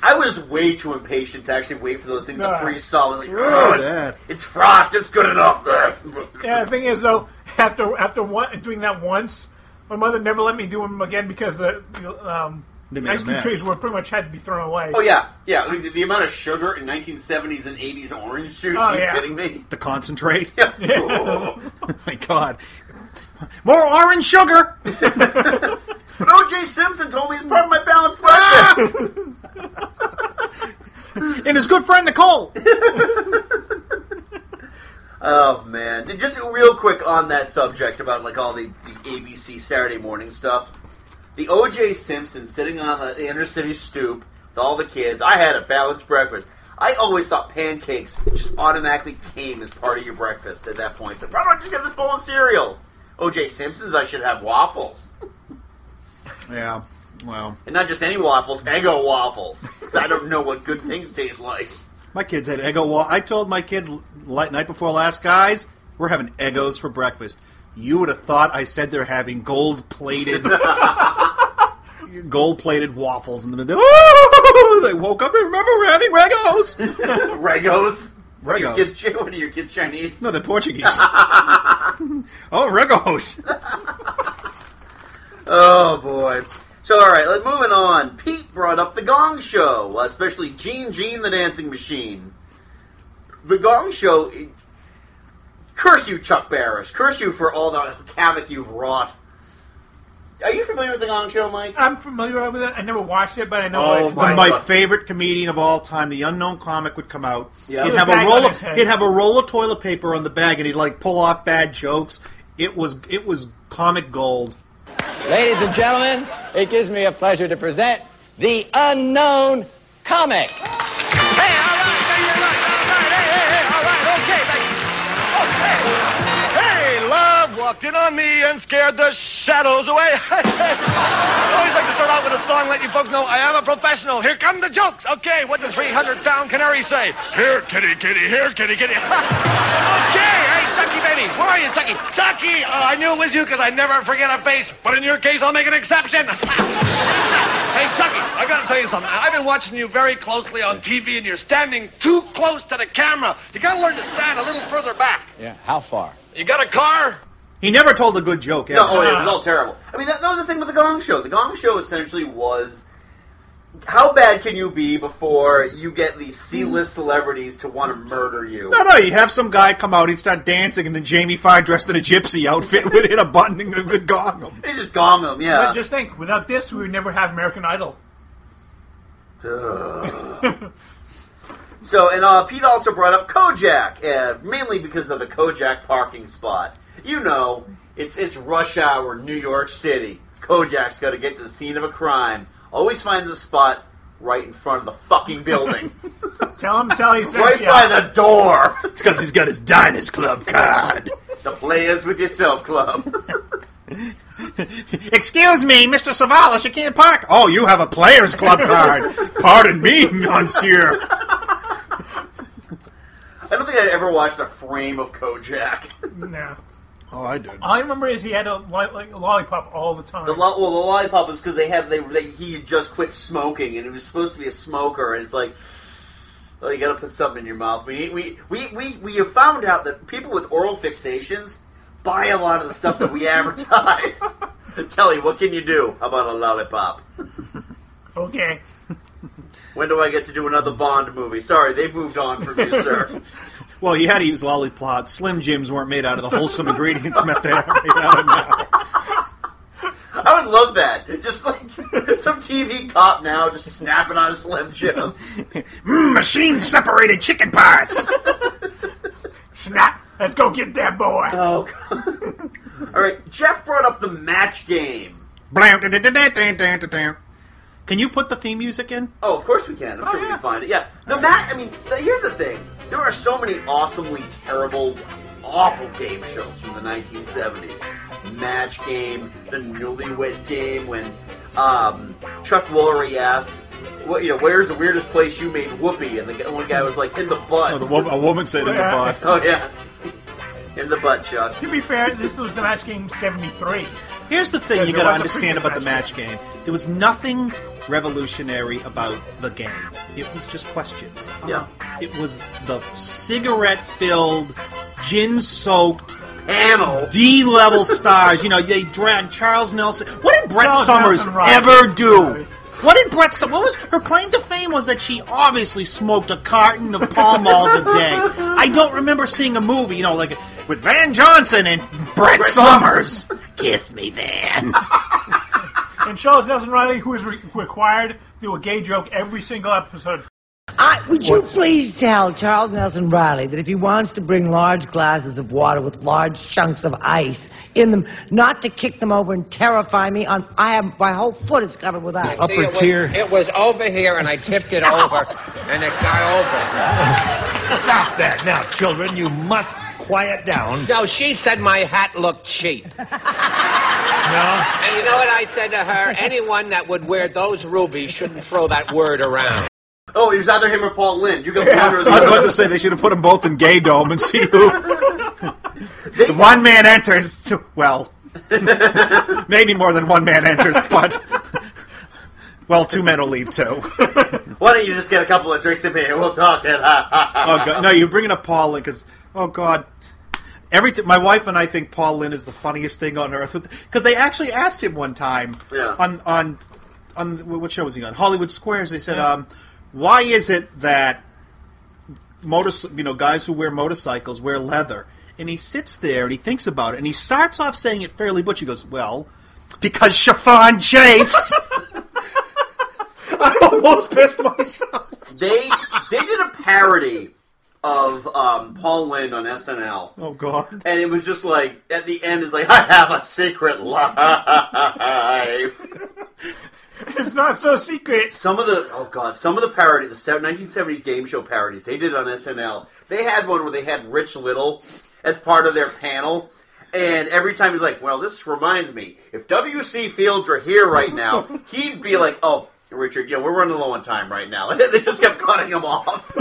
I was way too impatient to actually wait for those things to
Nah.
freeze solid. Like,
Screw
"Oh, it's,
that."
it's frost. It's good enough.
yeah, the thing is though, after after one, doing that once, my mother never let me do them again because the um,
They made a
ice cube
mess.
trays were pretty much had to be thrown away.
Oh yeah, yeah. The, the amount of sugar in 1970s and 80s orange juice.
Oh,
are you
yeah.
kidding me?
The concentrate. My God. More orange sugar.
But O.J. Simpson told me it's part of my balanced breakfast.
and his good friend Nicole.
oh man! And just real quick on that subject about like all the, the ABC Saturday morning stuff. The O.J. Simpson sitting on the, the inner city stoop with all the kids. I had a balanced breakfast. I always thought pancakes just automatically came as part of your breakfast at that point. So why don't I just get this bowl of cereal? O.J. Simpson's, I should have waffles.
Yeah. Well,
And not just any waffles, Eggo waffles. Because I don't know what good things taste like.
my kids had Eggo. Well, I told my kids l- li- night before last, guys, we're having Eggos for breakfast. You would have thought I said they're having gold plated, gold plated waffles in the middle. they woke up and remember we're having Eggos.
Regos? Are your
Regos.
kids, Chi- what are your kids Chinese?
No, they're Portuguese. oh, Regos.
Oh, boy. So, all right, let- moving on. Pete brought up The Gong Show, uh, especially Gene Gene the Dancing Machine. The Gong Show, it- Curse you, Chuck Barris. Curse you for all the havoc you've wrought. Are you familiar with the Gong Show, Mike?
I'm familiar with it. I never watched it, but I know
Oh,
it's
my, my favorite comedian of all time, the unknown comic, would come out.
Yeah.
He'd
With a
have a
bag
roll
on
of
his head.
he'd have a roll of toilet paper on the bag, and he'd like pull off bad jokes. It was it was comic gold.
Ladies and gentlemen, it gives me a pleasure to present the unknown comic.
Hey, love walked in on me and scared the shadows away. I always like to start out with a song, let you folks know I am a professional. Here come the jokes. Okay, what does 300 pound canary say? Here, kitty, kitty, here, kitty, kitty. okay, hey, Chucky, baby. Where are you, Chucky? Chucky, oh, I knew it was you because I never forget a face. But in your case, I'll make an exception. Hey, Chucky, I gotta tell you something. I've been watching you very closely on TV, and you're standing too close to the camera. You gotta learn to stand a little further back.
Yeah, how far?
You got a car?
He never told a good joke.
No,
ever.
oh, it was all terrible. I mean, that, that was the thing with the Gong Show. The Gong Show essentially was how bad can you be before you get these C-list celebrities to want to murder you?
No, no, you have some guy come out, he'd start dancing, and then Jamie Fire dressed in a gypsy outfit would hit a button and it would gong him.
They just gong them, yeah.
But just think, without this, we would never have American Idol.
Ugh. so, and uh, Pete also brought up Kojak, uh, mainly because of the Kojak parking spot. You know, it's it's rush hour, New York City. Kojak's got to get to the scene of a crime. Always finds a spot right in front of the fucking building.
Tell him, tell you,
right by the door.
It's because he's got his Diners Club card.
The Players with Yourself Club.
Excuse me, Mr. Savalas, you can't park. Oh, you have a Players Club card. Pardon me, monsieur.
I don't think I ever watched a frame of Kojak.
No.
Oh, I did.
All I remember is he had a, lo- like, a lollipop all the time.
The lo- well, the lollipop was because they had they, they he had just quit smoking and it was supposed to be a smoker and it's like, well, you got to put something in your mouth. We we we we we have found out that people with oral fixations buy a lot of the stuff that we advertise. Telly, what can you do? How about a lollipop?
okay.
When do I get to do another Bond movie? Sorry, they moved on from you, sir.
Well, you had to use lollipop. Slim Jims weren't made out of the wholesome ingredients that they are made out of now.
I would love that. Just like some TV cop now, just snapping on a Slim Jim.
Mm, machine separated chicken parts.
Snap. Let's go get that boy.
Oh, All right, Jeff brought up the match game.
Can you put the theme music in?
Oh, of course we can. I'm sure we can find it. Yeah, the match. I mean, th- here's the thing: there are so many awesomely terrible, awful game shows from the 1970s. Match game, the Newlywed Game, when um, Chuck Woolery asked, "What you know? Where's the weirdest place you made whoopee?" And the g- one guy was like, "In the butt."
Oh, the wo- a woman said in the butt.
oh yeah, in the butt, Chuck.
To be fair, this was the match game 73.
Here's the thing
Yes,
you
it
got to
was a
understand
previous
about the match game. There was nothing revolutionary about the game. It was just questions.
Yeah.
It was the cigarette-filled, gin-soaked
panel
D-level stars. You know, they dragged Charles Nelson. What did Brett
Charles
Summers
Nelson Roberts.
ever do? What did Brett? Sum- What was her claim to fame? Was that she obviously smoked a carton of Pall Malls a day. I don't remember seeing a movie, you know, like with Van Johnson and Brett,
Brett
Summers. Kiss me, Van.
And Charles Nelson Riley, who is re- required to do a gay joke every single episode.
I, would you please tell Charles Nelson Riley that if he wants to bring large glasses of water with large chunks of ice in them, not to kick them over and terrify me? On I have my whole foot is covered with ice.
See, it was, It was over here, and I tipped it over, and it got over. Stop that now, children. You must quiet down. No, she said my hat looked cheap. no. And you know what I said to her? Anyone that would wear those rubies shouldn't throw that word around.
Oh, it was either him or Paul Lynn. You got one
I
or
was
the other.
about to say they should have put them both in Gay Dome and see who. the one man enters. to- Well, maybe more than one man enters, but well, two men will leave too.
Why don't you just get a couple of drinks in me and we'll talk? And ha, ha, ha,
Oh god, no, you're bringing up Paul Lynn because oh god. Every t- my wife and I think Paul Lynn is the funniest thing on earth because they actually asked him one time
Yeah.
on on on what show was he on Hollywood Squares they said um, why is it that motor you know guys who wear motorcycles wear leather And he sits there and he thinks about it. And he starts off saying it fairly butch. He goes, Well, because Chiffon chafes. I almost pissed myself.
They they did a parody of um, Paul Lynde on SNL.
Oh, God.
And it was just like at the end, it's like I have a secret life.
it's not so secret.
Some of the oh god, some of the parody, the se- 1970s game show parodies they did on SNL. They had one where they had Rich Little as part of their panel. And every time he's like, "Well, this reminds me. If W.C. Fields were here right now, he'd be like, "Oh, Richard, yeah, we're running low on time right now." they just kept cutting him off.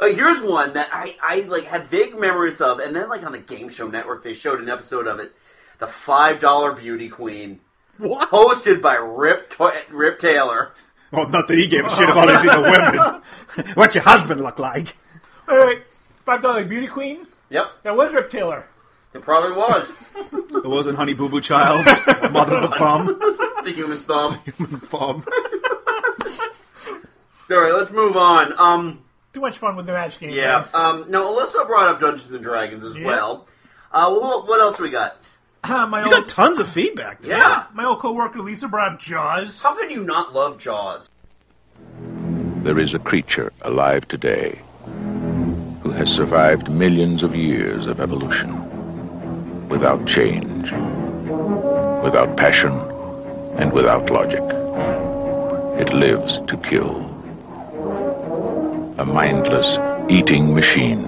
Uh, here's one that I, I like had vague memories of, and then like on the game show network they showed an episode of it, the five dollar beauty queen,
what?
hosted by Rip Toy Rip Taylor.
Well, not that he gave a shit about any of the women. What's your husband look like?
Wait, wait, five dollar beauty queen.
Yep,
that was Rip Taylor.
It probably was
It wasn't Honey Boo Boo Child's mother the thumb.
the human thumb.
Human thumb.
All right, let's move on. Um,
Too much fun with the match game.
yeah. Um, now Alyssa brought up Dungeons and Dragons as
Yeah.
well. Uh, what, what else we got?
Uh, my
You
old,
got tons of feedback. There.
Yeah.
my old coworker Lisa brought up Jaws.
How can you not love Jaws?
There is a creature alive today who has survived millions of years of evolution without change, without passion, and without logic. It lives to kill. A mindless eating machine.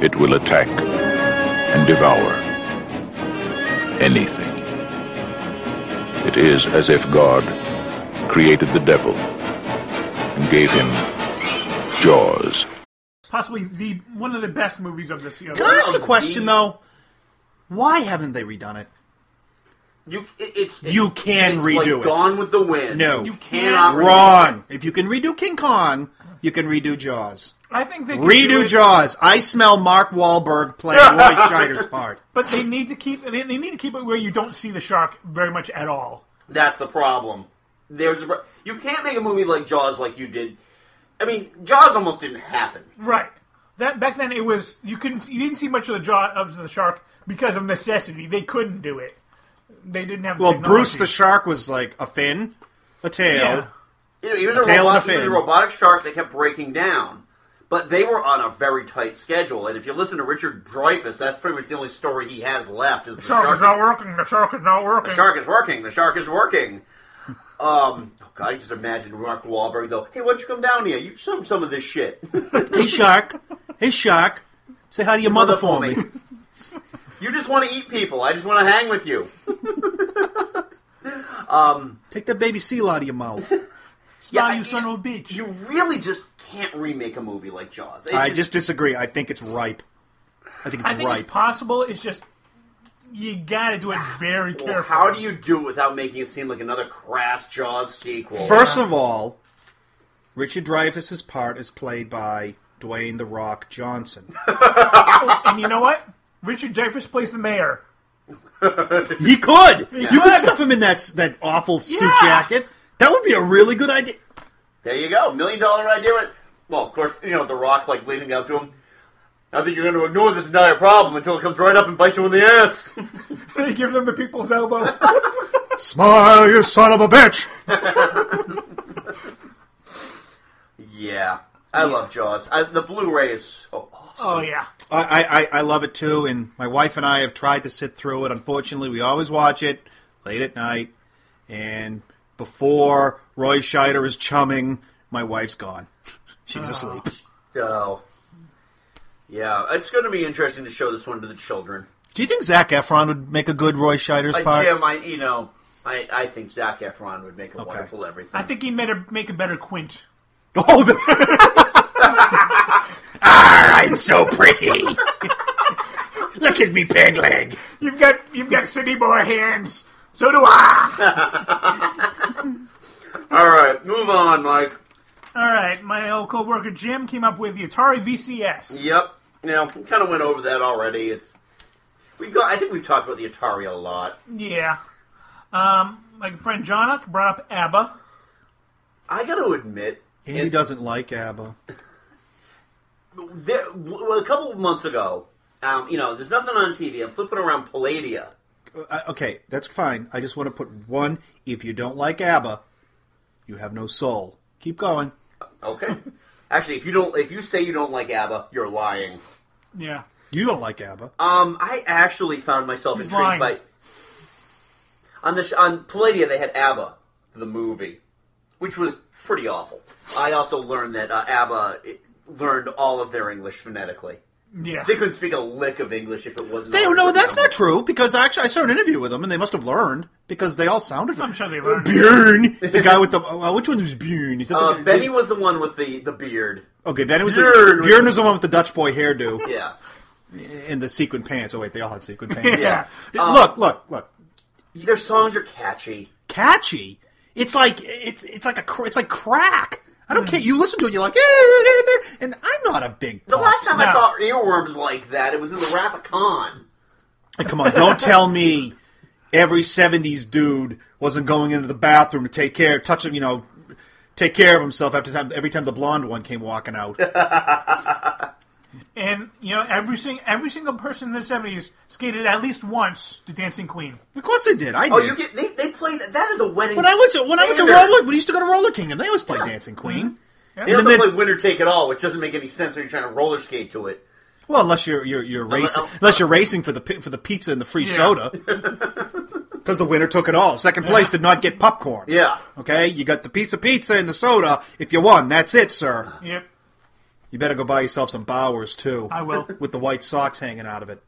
It will attack and devour anything. It is as if God created the devil and gave him jaws.
Possibly the one of the best movies of this year.
Can I ask a question though? Why haven't they redone it?
You it, it's
You
it's-
can
it's
redo
like
it.
Gone with the Wind.
No,
you cannot redo it.
Wrong. If you can redo King Kong, you can redo Jaws.
I think they could do
Redo
it,
Jaws. I smell Mark Wahlberg playing Roy Scheider's part.
but they need to keep they, they need to keep it where you don't see the shark very much at all.
That's the problem. There's a, pro- you can't make a movie like Jaws like you did. I mean, Jaws almost didn't happen.
Right. That back then it was you couldn't you didn't see much of the jaw of the shark because of necessity. They couldn't do it. They didn't have. the
Well, Bruce
technology.
the shark was like a fin, a tail.
Yeah.
You know, he was
A
a,
tail and
robot,
a
he was a
fin.
robotic shark that kept breaking down. But they were on a very tight schedule, and if you listen to Richard Dreyfuss, that's pretty much the only story he has left is the
The shark,
shark.
is not working. The shark is not working.
the shark is working. The shark is working. Um, oh God, I just imagine Mark Wahlberg though. Hey, why don't you come down here? You some some of this shit.
Hey shark. Hey shark. Say hi to your mother, for me.
you just want to eat people. I just want to hang with you. um,
Take that baby seal out of your mouth.
yeah, you son of a bitch. You really just can't remake a movie like Jaws. It's
I just disagree. I think it's ripe. I think it's
I think
ripe.
it's possible. It's just you got to do it very
well,
carefully.
how do you do it without making it seem like another crass Jaws sequel?
First of all, Richard Dreyfuss's part is played by Dwayne the Rock Johnson.
and you know what? Richard Dreyfuss plays the mayor.
He could.
Yeah.
You could
Good.
stuff him in that that awful suit
Yeah.
jacket. That would be a really good idea.
there you go, million dollar idea. right- Well, of course, you know The Rock like leaning up to him. I think you're going to ignore this entire problem until it comes right up and bites you in the ass.
he gives him the people's elbow.
Smile, you son of a bitch.
yeah, I love Jaws. I, the Blu-ray is so awesome.
oh yeah.
I, I- I I love it too, and my wife and I have tried to sit through it. Unfortunately, we always watch it late at night, and before Roy Scheider is chumming, my wife's gone. She's
Ah.
asleep.
So, yeah, it's going to be interesting to show this one to the children.
Do you think Zach Efron would make a good Roy Scheider's
I,
part?
Jim, I you know, I, I think Zach Efron would make a wonderful everything.
I think he made a make a better Quint.
Oh, the-
Ah, I'm so pretty. Look at me, peg leg.
You've got you've got city boy hands. So do I.
All right, move on, Mike.
All right, my old coworker Jim came up with the Atari VCS.
Yep. Now, we kind of went over that already. It's we got. I think we've talked about the Atari a lot.
Yeah. Um, my friend Jonak brought up ABBA.
I got to admit,
Andy doesn't like ABBA.
there, w- a couple of months ago, um, you know, there's nothing on TV. I'm flipping around Palladia.
Uh, okay, that's fine. I just want to put one. If you don't like ABBA, you have no soul. Keep going.
Okay. Actually, if you don't, if you say you don't like ABBA, you're lying.
Yeah.
You don't like ABBA.
Um, I actually found myself
He's
intrigued
lying.
by on the sh- on Palladia they had ABBA the movie, which was pretty awful. I also learned that uh, ABBA it, learned all of their English phonetically.
Yeah.
They couldn't speak a lick of English if it wasn't.
They oh,
all-
no, that's not true because actually I saw an interview with them and they must have learned because they all sounded. I'm
sure they
learned. Bjorn, the guy with the uh, which one was Bjorn? Is that the
Uh,
guy-
Benny was the one with the the beard.
Okay, Benny was
Bjorn.
the, Bjorn was the one with the Dutch boy hairdo.
Yeah.
and the sequin pants. Oh wait, they all had sequin pants.
Yeah.
look,
Um,
look, look.
Their songs are catchy.
Catchy. It's like it's it's like a cr- it's like crack. I don't care. You listen to it, you're like, "Eh, eh, eh, eh," and I'm not a big.
The
pop
last time I
snob.
saw earworms like that, it was in the Wrath of Khan.
Hey, Come on, don't tell me every '70s dude wasn't going into the bathroom to take care, touching, you know, take care of himself after time. Every time the blonde one came walking out,
And you know, every sing- every single person in the seventies skated at least once to Dancing Queen.
of course they did. I did.
oh, you get they, they play that. That is a wedding.
when I went to when I went to
standard. Mm-hmm.
roller, we used to go to Roller Kingdom. They always played Dancing Queen.
They
And
also
then
play Winner Take It All, which doesn't make any sense when you're trying to roller skate to it.
Well, unless you're you're you're
Unle-
racing,
un-
unless you're racing for the pi- for the pizza and the free
Yeah.
soda, because the winner took it all. Second place did not get popcorn.
Yeah.
Okay, you got the piece of pizza and the soda. If you won, that's it, sir.
Uh-huh.
Yep.
You better go buy yourself some Bowers too.
I will.
With the white socks hanging out of it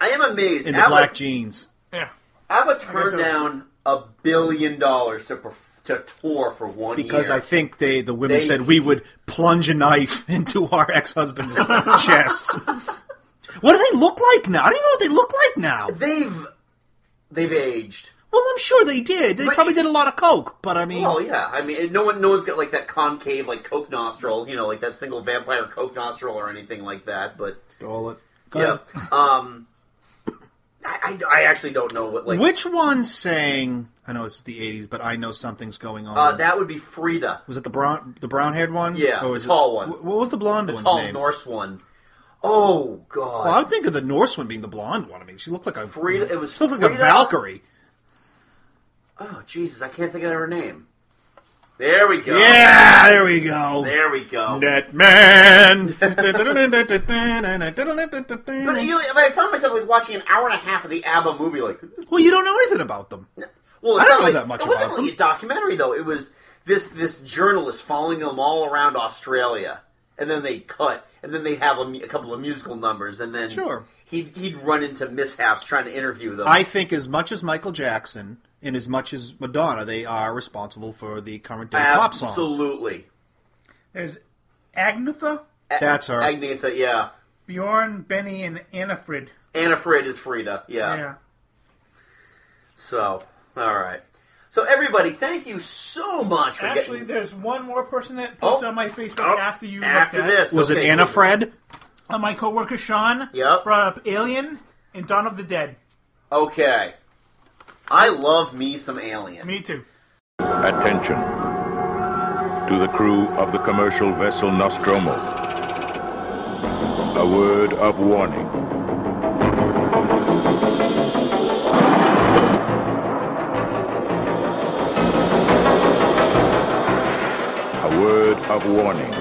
I am amazed.
and the
ABBA,
black jeans.
Yeah.
ABBA turned down a billion dollars to perf- to tour for one
Because
year.
I think they the women
They-
said we would plunge a knife into our ex husband's chests. What do they look like now? I don't even know what they look like now.
They've they've aged.
Well, I'm sure they did. They
But-
probably did a lot of coke, but I mean,
Well, yeah. I mean, no one, no one's got like that concave, like coke nostril, you know, like that single vampire coke nostril or anything like that. But
stole it.
yeah, um, I, I, I actually don't know what like
Which one sang? I know it's the '80s, but I know something's going on.
uh, that would be Frida,
was it the brown, the brown-haired one?
Yeah,
or was
tall
it,
one.
wh- What was the blonde
the
one's
tall
name?
Norse one. Oh God,
well, I would think of the Norse one being the blonde one. I mean, she looked like a
Frida. It was
she looked like a
Frida?
Valkyrie.
Oh Jesus, I can't think of her name. There we go.
Yeah, there we go.
There we go.
Netman.
But you, but I found myself like watching an hour and a half of the ABBA movie. Like,
well, you don't know anything about them.
well, it's
I don't
not
know
like,
that much
It wasn't
about
really a documentary though. It was this this journalist following them all around Australia, and then they cut, and then they have a, mu- a couple of musical numbers, and then
Sure.
he'd he'd run into mishaps trying to interview them.
I think as much as Michael Jackson and as much as Madonna, they are responsible for the current day pop song.
absolutely.
There's Agnetha,
That's her.
Agnetha, yeah.
Bjorn, Benny, and Annafrid.
Anna Frid is Frida,
Yeah.
So, all right. So everybody, thank you so much for
Actually,
getting
there's one more person that posted on my Facebook after you
Oh. after
looked at
this.
Was
Okay,
it Anna
cool.
Fred?
Uh, my coworker Sean
Yep.
brought up Alien and Dawn of the Dead.
Okay. I love me some alien.
Me too.
Attention to the crew of the commercial vessel Nostromo. A word of warning. A word of warning.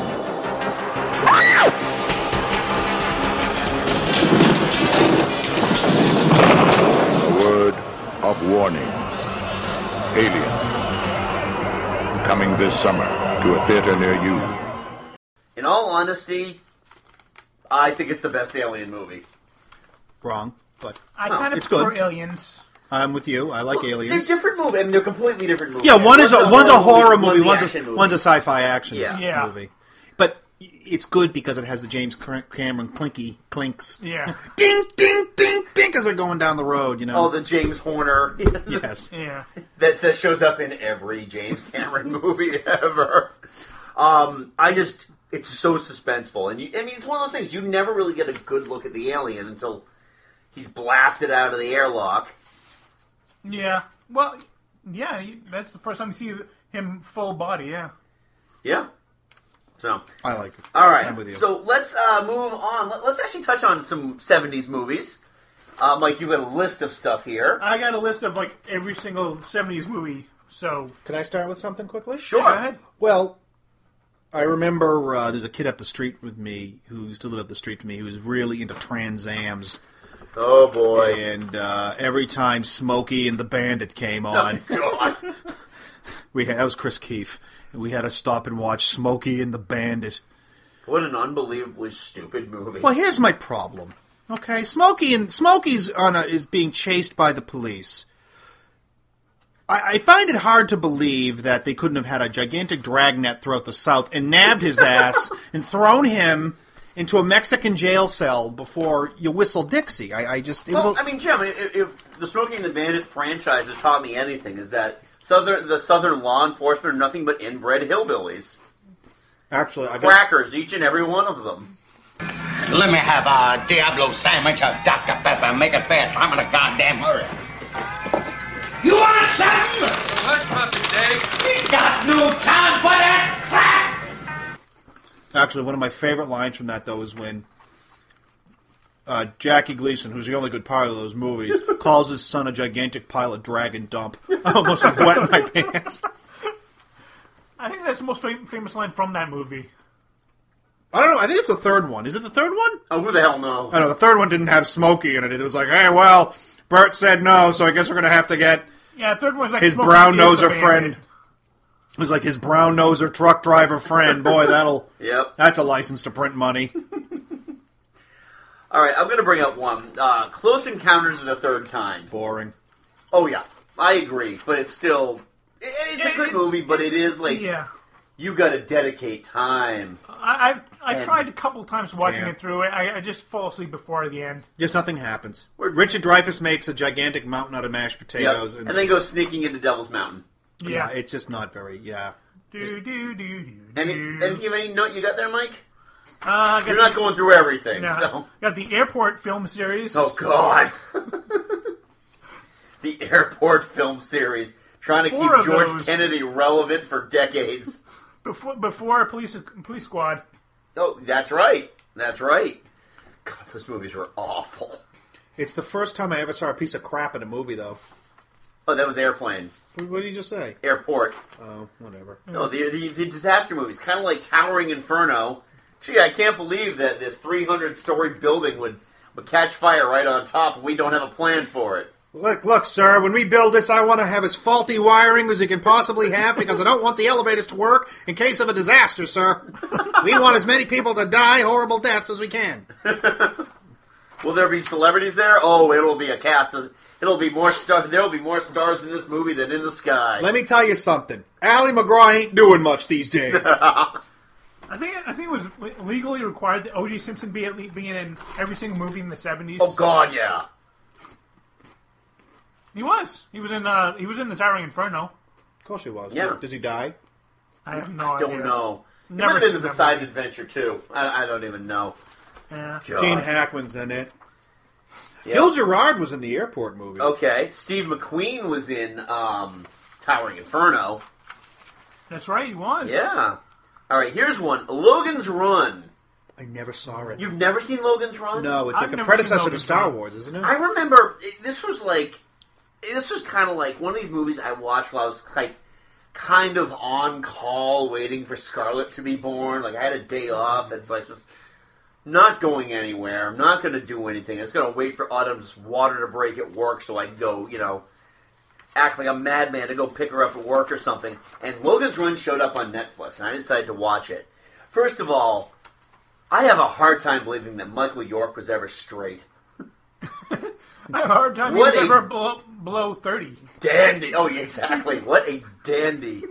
A word of warning. Alien. Coming this summer to a theater near you.
In all honesty, I think it's the best alien movie.
Wrong, but
I kind of
it's good.
prefer Aliens.
I'm with you. I like
They're
aliens.
different movies, and they're completely different movies.
Yeah, one is a one's a horror movie,
one's,
one's
an
a
action movie.
one's a sci-fi action
Yeah. Yeah.
movie. But it's good because it has the James Cr- Cameron clinky clinks.
Yeah.
ding ding ding ding as they're going down the road, you know.
Oh, the James Horner.
yes.
Yeah.
that, that shows up in every James Cameron movie ever. Um, I just, it's so suspenseful, and you, I mean, it's one of those things you never really get a good look at the alien until he's blasted out of the airlock.
Yeah. Well, yeah, you- that's the first time you see him full body, yeah.
Yeah. So
I like it.
All right.
I'm with you.
So let's uh, move on. Let- Let's actually touch on some 70s movies. Uh, Mike, you've got a list of stuff here.
I got a list of like every single '70s movie. So
can I start with something quickly?
Sure.
Go ahead.
Well, I remember uh, there's a kid up the street with me who used to live up the street to me who was really into Transams.
Oh boy!
And uh, every time Smokey and the Bandit came on, we had, that was Chris Keefe. And we had to stop and watch Smokey and the Bandit.
What an unbelievably stupid movie.
Well, here's my problem. Okay, Smokey and Smokey's on a, is being chased by the police. I, I find it hard to believe that they couldn't have had a gigantic dragnet throughout the South and nabbed his ass and thrown him into a Mexican jail cell before you whistle Dixie. I, I just it
Well,
was
I mean, Jim, i- if, if the Smoking the Bandit franchise has taught me anything, is that southern the southern law enforcement are nothing but inbred hillbillies,
a, actually I got,
crackers, each and every one of them.
Let me have a Diablo sandwich, a Dr. Pepper, make it fast. I'm in a goddamn hurry. You want something? Hush, puppy, Dave. We got no time for that crap!
actually one of my favorite lines from that though is when uh, Jackie Gleason, who's the only good part of those movies, calls his son a gigantic pile of dragon dump. I almost wet my pants.
I think that's the most fam- famous line from that movie.
I don't know. I think it's the third one. Is it the third one?
Oh, who the hell knows?
I know the third one didn't have Smokey in it. It was like, hey, well, Bert said no, so I guess we're gonna have to get
Yeah, third one's like
his
Smokey
brown
is the
noser friend. It was like his brown noser truck driver friend. Boy, that'll
Yep.
that's a license to print money.
All right, I'm going to bring up one: uh, Close Encounters of the Third Kind.
Boring.
Oh yeah, I agree, but it's still i- it's a good movie, but it is like
Yeah.
you got to dedicate time.
I I, I
And-
tried a couple times watching
Yeah.
it through. I, I just fall asleep before the end.
Just nothing happens. Richard Dreyfuss makes a gigantic mountain out of mashed potatoes,
and then go sneaking into Devil's Mountain.
yeah, it's just not very yeah.
Do do do do.
Any,
Mm.
anything of any note you got there, Mike?
Uh, I got
You're
the-
not going through everything,
No.
so.
Got the airport film series.
Oh God! the airport film series trying to
Four
keep
of
George
those.
Kennedy relevant for decades.
Before before police police squad.
Oh, that's right. That's right. God, those movies were awful.
It's the first time I ever saw a piece of crap in a movie, though.
Oh, that was Airplane.
What what did you just say?
Airport.
Oh, whatever.
No, the, the, the disaster movies, kind of like Towering Inferno. Gee, I can't believe that this 300 story building would, would catch fire right on top and we don't have a plan for it.
Look, look, sir, when we build this, I want to have as faulty wiring as you can possibly have because I don't want the elevators to work in case of a disaster, sir. We want as many people to die horrible deaths as we can.
Will there be celebrities there? Oh, it'll be a cast. of- It'll be more star. There'll be more stars in this movie than in the sky.
Let me tell you something. Allie McGraw ain't doing much these days.
I think I think it was le- legally required that O.J. Simpson be at le- being in every single movie in the seventies.
oh God, yeah.
he was. He was in. Uh, he was in the Towering Inferno.
Of course he was.
Yeah.
Does he die?
I have no
Don't
idea.
know.
Never
Never it might have
seen
been the
that
side adventure too. I, I don't even know.
Yeah.
God.
Gene Hackman's in it.
Yeah.
Gil Gerard was in the airport movies.
Okay, Steve McQueen was in um, Towering Inferno.
That's right. He was.
Yeah. All right, here's one. Logan's Run.
I never saw it.
You've never seen Logan's Run?
No, it's
I've
like a
never
predecessor
seen
to
Logan's
Star
Run.
Wars, isn't it?
I remember it- this was like this was kind of like one of these movies I watched while I was like kind of on call waiting for Scarlet to be born. Like I had a day off. It's like just not going anywhere. I'm not going to do anything. It's going to wait for Autumn's water to break at work so I can go, you know, act like a madman to go pick her up at work or something. And Logan's Run showed up on Netflix, and I decided to watch it. First of all, I have a hard time believing that Michael York was ever straight.
I have a hard time.
What
What he was
a-
ever below, below thirty.
dandy. Oh, yeah, exactly. What a dandy.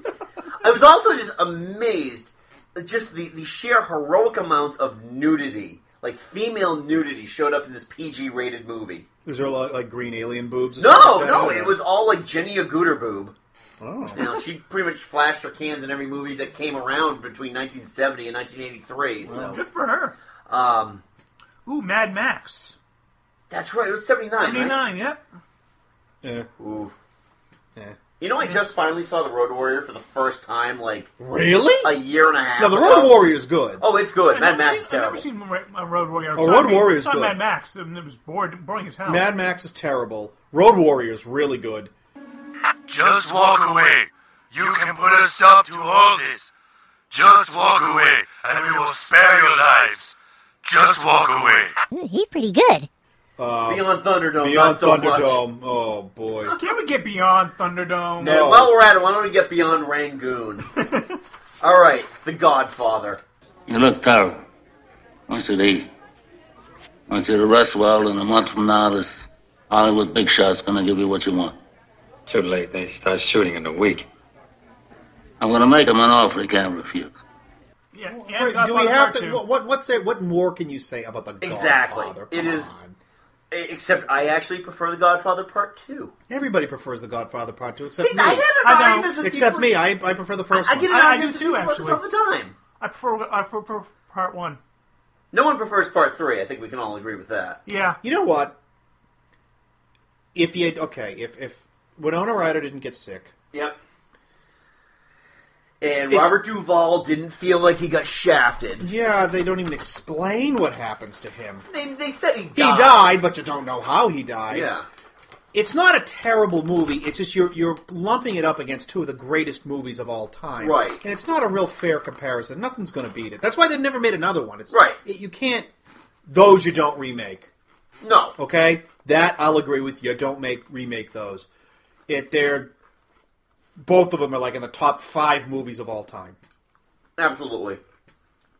I was also just amazed at just the, the sheer heroic amounts of nudity. Like, female nudity showed up in this PG rated movie.
Is there a lot like green alien boobs? or
No,
something like that?
no,
I don't
it
know.
was all like Jenny Aguder boob.
Oh.
You know, she pretty much flashed her cans in every movie that came around between 1970 and 1983. So,
Good for her.
um,
Ooh, Mad Max.
that's right. It was 79. right?
Seventy nine. Yep.
Yeah.
Ooh.
Yeah.
You know, I just finally saw the Road Warrior for the first time, like
Really?
a year and a half.
No, the
ago.
Road Warrior is good.
Oh, it's good. Mad
I've never
Max
seen-
is terrible.
I've never seen Ra- uh, Road Warrior.
Oh,
So,
Road
I mean,
Warrior
it's
is
not
good.
Mad Max. and It was bored, boring as hell.
Mad Max is terrible. Road Warrior is really good.
Just walk away. You can put a stop to all this. Just walk away, and we will spare your lives. Just walk away.
He's pretty good.
Uh,
Beyond Thunderdome,
Beyond
not so much.
Thunderdome. Oh boy.
Can we get beyond Thunderdome?
And while we're at it, why don't we get beyond Rangoon? All right, The Godfather.
You look terrible. What's it eat? I want you to rest well, and a month from now, this Hollywood big shot's gonna give you what you want. Too late. They start shooting in a week. I'm gonna make him an offer he can't refuse.
Wait, do we
Godfather
have
Part
to?
Two.
What, what what's it? What more can you say about the
Exactly.
Godfather?
It is. E, Except I actually prefer The Godfather Part Two.
Everybody prefers the Godfather Part Two,
See,
except me.
I have an I know. argument with
except
people-
me. I, I prefer the first.
I
one.
get an
I- I
argument
do too,
with people about this
actually.
all the time.
I prefer, I prefer part one.
No one prefers Part Three. I think we can all agree with that.
Yeah.
You know what? If you okay, if if Winona Ryder didn't get sick,
Yep. And
It's-
Robert Duvall didn't feel like he got shafted.
yeah, they don't even explain what happens to him.
They, they said he died.
He died, but you don't know how he died.
Yeah.
It's not a terrible movie. It's just you're you're lumping it up against two of the greatest movies of all time,
Right.
And it's not a real fair comparison. Nothing's going to beat it. That's why they've never made another one. It's
Right.
You can't. Those you don't remake.
No.
Okay, that I'll agree with you. Don't make remake those. It they're both of them are like in the top five movies of all time.
Absolutely.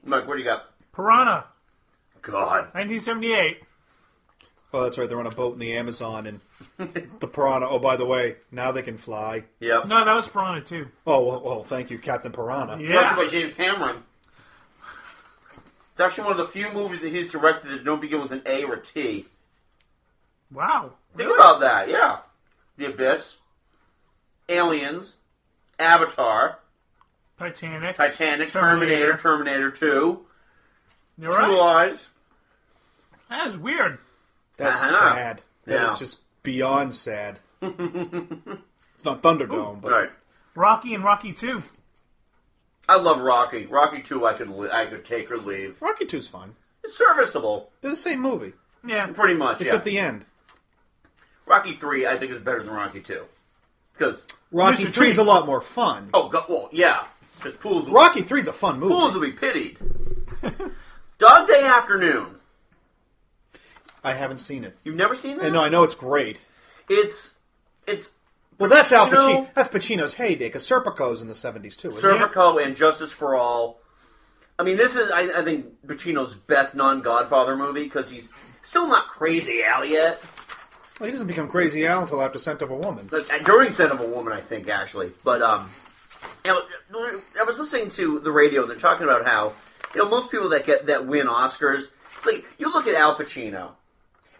Mike, what do you got?
Piranha,
God.
1978.
Oh, that's right. They're on a boat in the Amazon, and the piranha. Oh, by the way, now they can fly.
Yep.
No, that was Piranha too.
Oh, well, well thank you, Captain Piranha.
Directed by James Cameron. It's actually one of the few movies that he's directed that don't begin with an A or a T.
Wow.
Think about that, yeah. The Abyss, Aliens, Avatar,
Titanic,
Titanic, Terminator, Terminator, 2,
You're
True
right.
Lies.
That is weird.
That's
Uh-huh.
sad. That is
Yeah.
just beyond sad. it's not Thunderdome, but
Right.
Rocky and Rocky Two.
I love Rocky. Rocky 2 I could li- I could take or leave.
Rocky 2's fine.
It's serviceable.
They're the same movie.
Yeah.
Pretty much,
except
yeah.
the end.
Rocky 3 I think is better than Rocky 2. Because
Rocky Three's a lot more fun.
Oh, God, well, yeah. Because Pools will
Rocky Three's a fun movie.
Fools will be pitied. Dog Day Afternoon.
I haven't seen it.
You've never seen that?
And no, I know it's great.
It's it's
Well, that's Al
You know-
Pacino. That's Pacino's heyday. Because Serpico's in the seventies too. isn't it?
Serpico and Justice for All. I mean, this is I, I think Pacino's best non-Godfather movie because he's still not crazy Al yet.
Well, he doesn't become crazy Al until after Scent of a Woman.
Like, uh, During Son of a Woman, I think actually, but um, you know, I was listening to the radio. and They're talking about how you know most people that get that win Oscars. It's like you look at Al Pacino,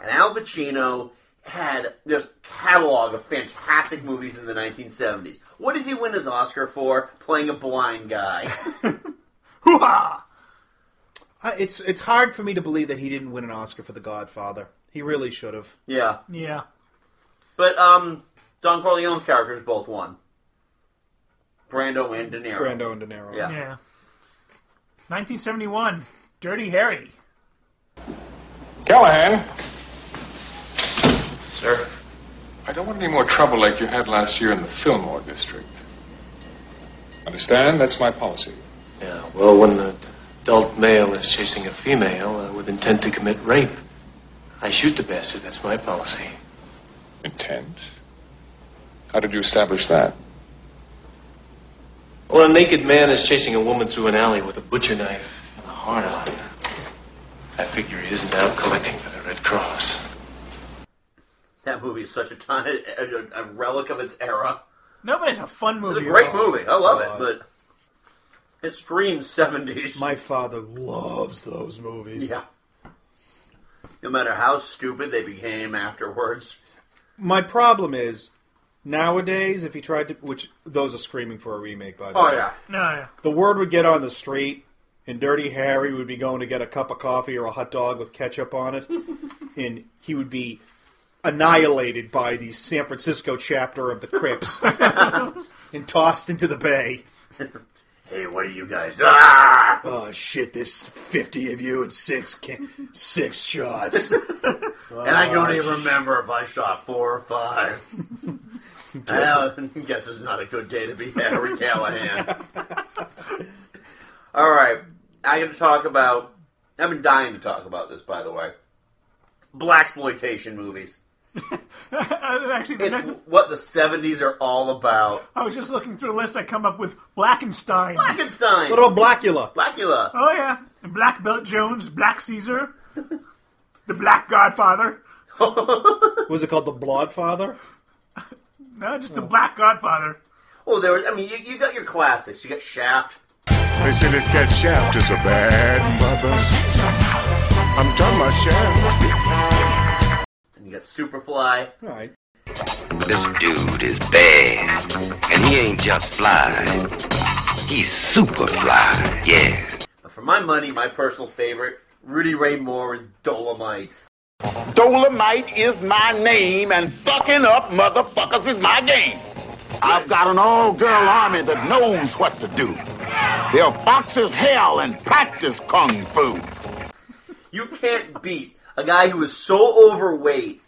and Al Pacino had this catalog of fantastic movies in the 1970s. What does he win his Oscar for? Playing a blind guy.
I, it's it's hard for me to believe that he didn't win an Oscar for The Godfather. He really should have.
yeah,
Yeah.
but um, Don Corleone's characters both won. Brando and De Niro.
Brando and De Niro.
Yeah.
1971. Dirty Harry.
Callahan. Sir. I don't want any more trouble like you had last year in the Fillmore district. Understand? That's my policy.
Yeah, well, when an adult male is chasing a female uh, with intent to commit rape, I shoot the bastard. That's my policy.
Intent? How did you establish that?
When a naked man is chasing a woman through an alley with a butcher knife and a heart on, I figure he isn't out collecting for the Red Cross.
That movie is such a, time, a, a- a relic of its era.
No, but it's a fun movie.
It's a great movie. I love
God.
it, but it screams seventies.
My father loves those movies.
Yeah. No matter how stupid they became afterwards.
My problem is nowadays, if he tried to, which those are screaming for a remake, by the
Oh
way.
yeah.
No, yeah.
The word would get on the street, and Dirty Harry would be going to get a cup of coffee or a hot dog with ketchup on it, and he would be annihilated by the San Francisco chapter of the Crips and tossed into the bay.
Hey, what are you guys? Ah!
Oh shit! There's fifty of you and six can- six shots.
and I don't even remember if I shot four or five.
Guess-
Well, guess it's not a good day to be Harry Callahan. All right, I'm going to talk about. I've been dying to talk about this, by the way. Black exploitation movies.
Actually, the
It's
next,
what the '70s are all about.
I was just looking through the list. I come up with Blackenstein.
Blackenstein.
What about Blackula?
Blackula.
Oh yeah, and Black Belt Jones, Black Caesar, the Black Godfather.
Was it called the Bloodfather?
No, just the Black Godfather.
Oh, there was. I mean, you, you got your classics. You got Shaft.
They say this cat Shaft is a bad mother. I'm talking about Shaft.
And you got Superfly.
Right.
This dude is bad. And he ain't just fly. He's super fly, yeah.
But for my money, my personal favorite, Rudy Ray Moore is Dolomite.
Dolomite is my name, and fucking up motherfuckers is my game. I've got an all girl army that knows what to do. They'll box as hell and practice kung fu.
You can't beat a guy who is so overweight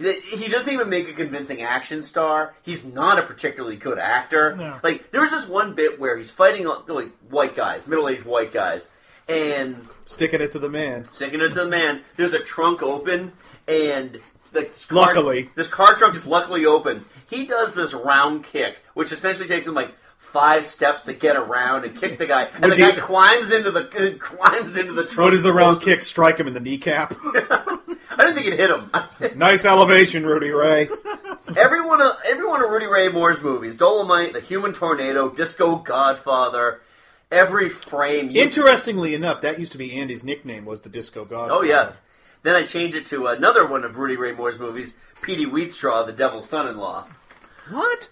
that he doesn't even make a convincing action star. He's not a particularly good actor.
No.
Like there was this one bit where he's fighting like white guys, middle-aged white guys, and
Sticking it to the man.
Sticking it to the man. There's a trunk open, and the car,
Luckily.
this car trunk is luckily open. He does this round kick, which essentially takes him like five steps to get around and kick the guy, and
Was
the
he-
guy climbs into the climbs into the trunk.
What does the round kick strike him in the kneecap?
I didn't think it hit him.
nice elevation, Rudy Ray.
Every one of every one of Rudy Ray Moore's movies, Dolomite, The Human Tornado, Disco Godfather, every frame. You,
Interestingly enough, that used to be Andy's nickname was the Disco God.
oh yes. Then I change it to another one of Rudy Ray Moore's movies, Petey Wheatstraw, The Devil's Son-in-Law.
What?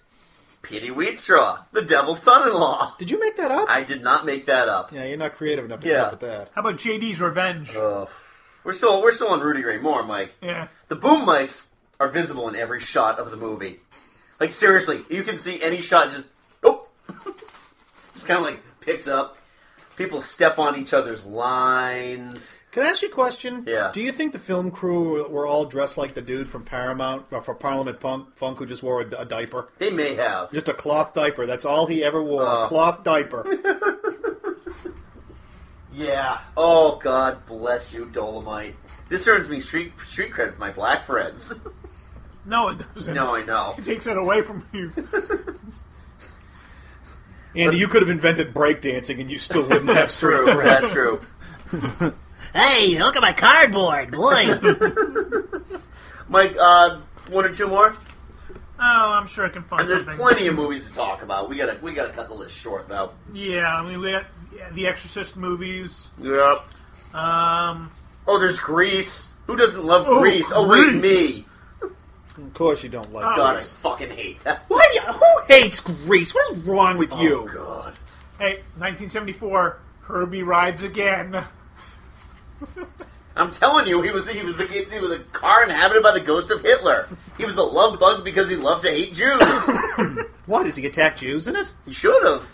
Petey Wheatstraw, The Devil's Son-in-Law.
Did you make that up?
I did not make that up.
Yeah, you're not creative enough to
Yeah.
come up with that.
How about JD's Revenge?
Uh, We're still we're still on Rudy Ray Moore, Mike.
Yeah.
The boom mics are visible in every shot of the movie. Like seriously, you can see any shot just oh, just kind of like picks up. People step on each other's lines.
Can I ask you a question?
Yeah.
Do you think the film crew were- were all dressed like the dude from Paramount or for Parliament Punk, Funk who just wore a, a diaper?
They may have.
Just a cloth diaper. That's all he ever wore. a
Oh.
cloth diaper.
Yeah. Oh God bless you, Dolomite. This earns me street street credit for my black friends.
No, it doesn't.
No, I know.
It takes it away from you.
Andy, you could have invented breakdancing and you still wouldn't have
That's
street
true.
cred.
That's true.
Hey, look at my cardboard, boy.
Mike, uh, one or two more.
Oh, I'm sure I can find
And there's
something.
plenty of movies to talk about. We gotta we gotta cut the list short though.
Yeah, I mean, we got yeah, the Exorcist movies.
Yep.
Um.
Oh, there's Grease. Who doesn't love
Oh,
Grease? Oh wait,
Grease.
me.
Of course you don't like
God, I
Grease.
fucking hate that.
Why do you, who hates Grease? What is wrong with you?
Oh, God.
Hey, 1974, Herbie rides again.
I'm telling you, he was he was a, he was a car inhabited by the ghost of Hitler. He was a love bug because he loved to hate Jews.
Why does he attack Jews in it?
He should have.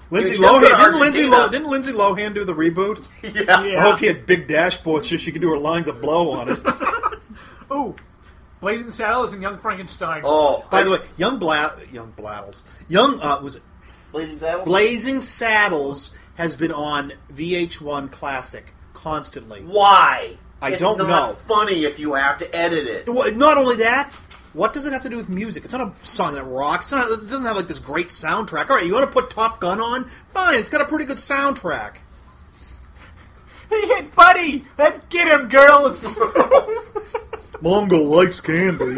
Lindsay
He was
Lohan
just in
didn't Lindsay,
Argentina.
Lo, didn't Lindsay Lohan do the reboot?
Yeah.
I hope he had big dashboards so she could do her lines of blow on it.
Ooh, Blazing Saddles and Young Frankenstein.
Oh.
by the way, young Bla- young Bladdles, young uh, was it
Blazing Saddles?
Blazing Saddles has been on VH1 Classic constantly.
Why?
I
It's
don't
not
know.
Funny if you have to edit it.
Well, Not only that, what does it have to do with music? It's not a song that rocks. It's not, it doesn't have like this great soundtrack. All right, you want to put Top Gun on? Fine, it's got a pretty good soundtrack.
He hit Buddy! Let's get him, girls!
Mongo likes candy.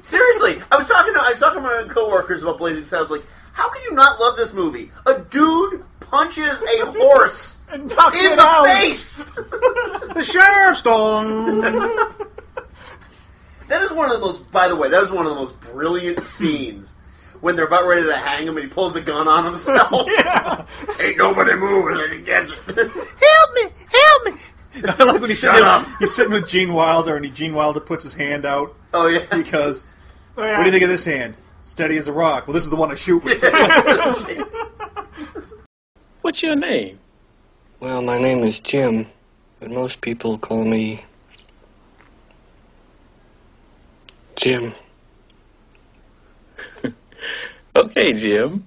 Seriously, I was talking to I was talking to my coworkers about Blazing Saddles. Like, how can you not love this movie? A dude punches a horse
and knocks
in
it
the
out.
face.
the sheriff's dong.
That is one of the most. By the way, that is one of the most brilliant scenes when they're about ready to hang him, and he pulls the gun on himself. Ain't nobody moving. and he gets it.
help me, help me.
I like when he's
Shut
sitting, there-
up.
he's sitting with Gene Wilder, and he, Gene Wilder puts his hand out.
Oh yeah,
because
Oh, yeah.
what do you think of this hand? Steady as a rock. Well, this is the one I shoot with.
What's your name? Well, my name is Jim, but most people call me Jim. okay, Jim.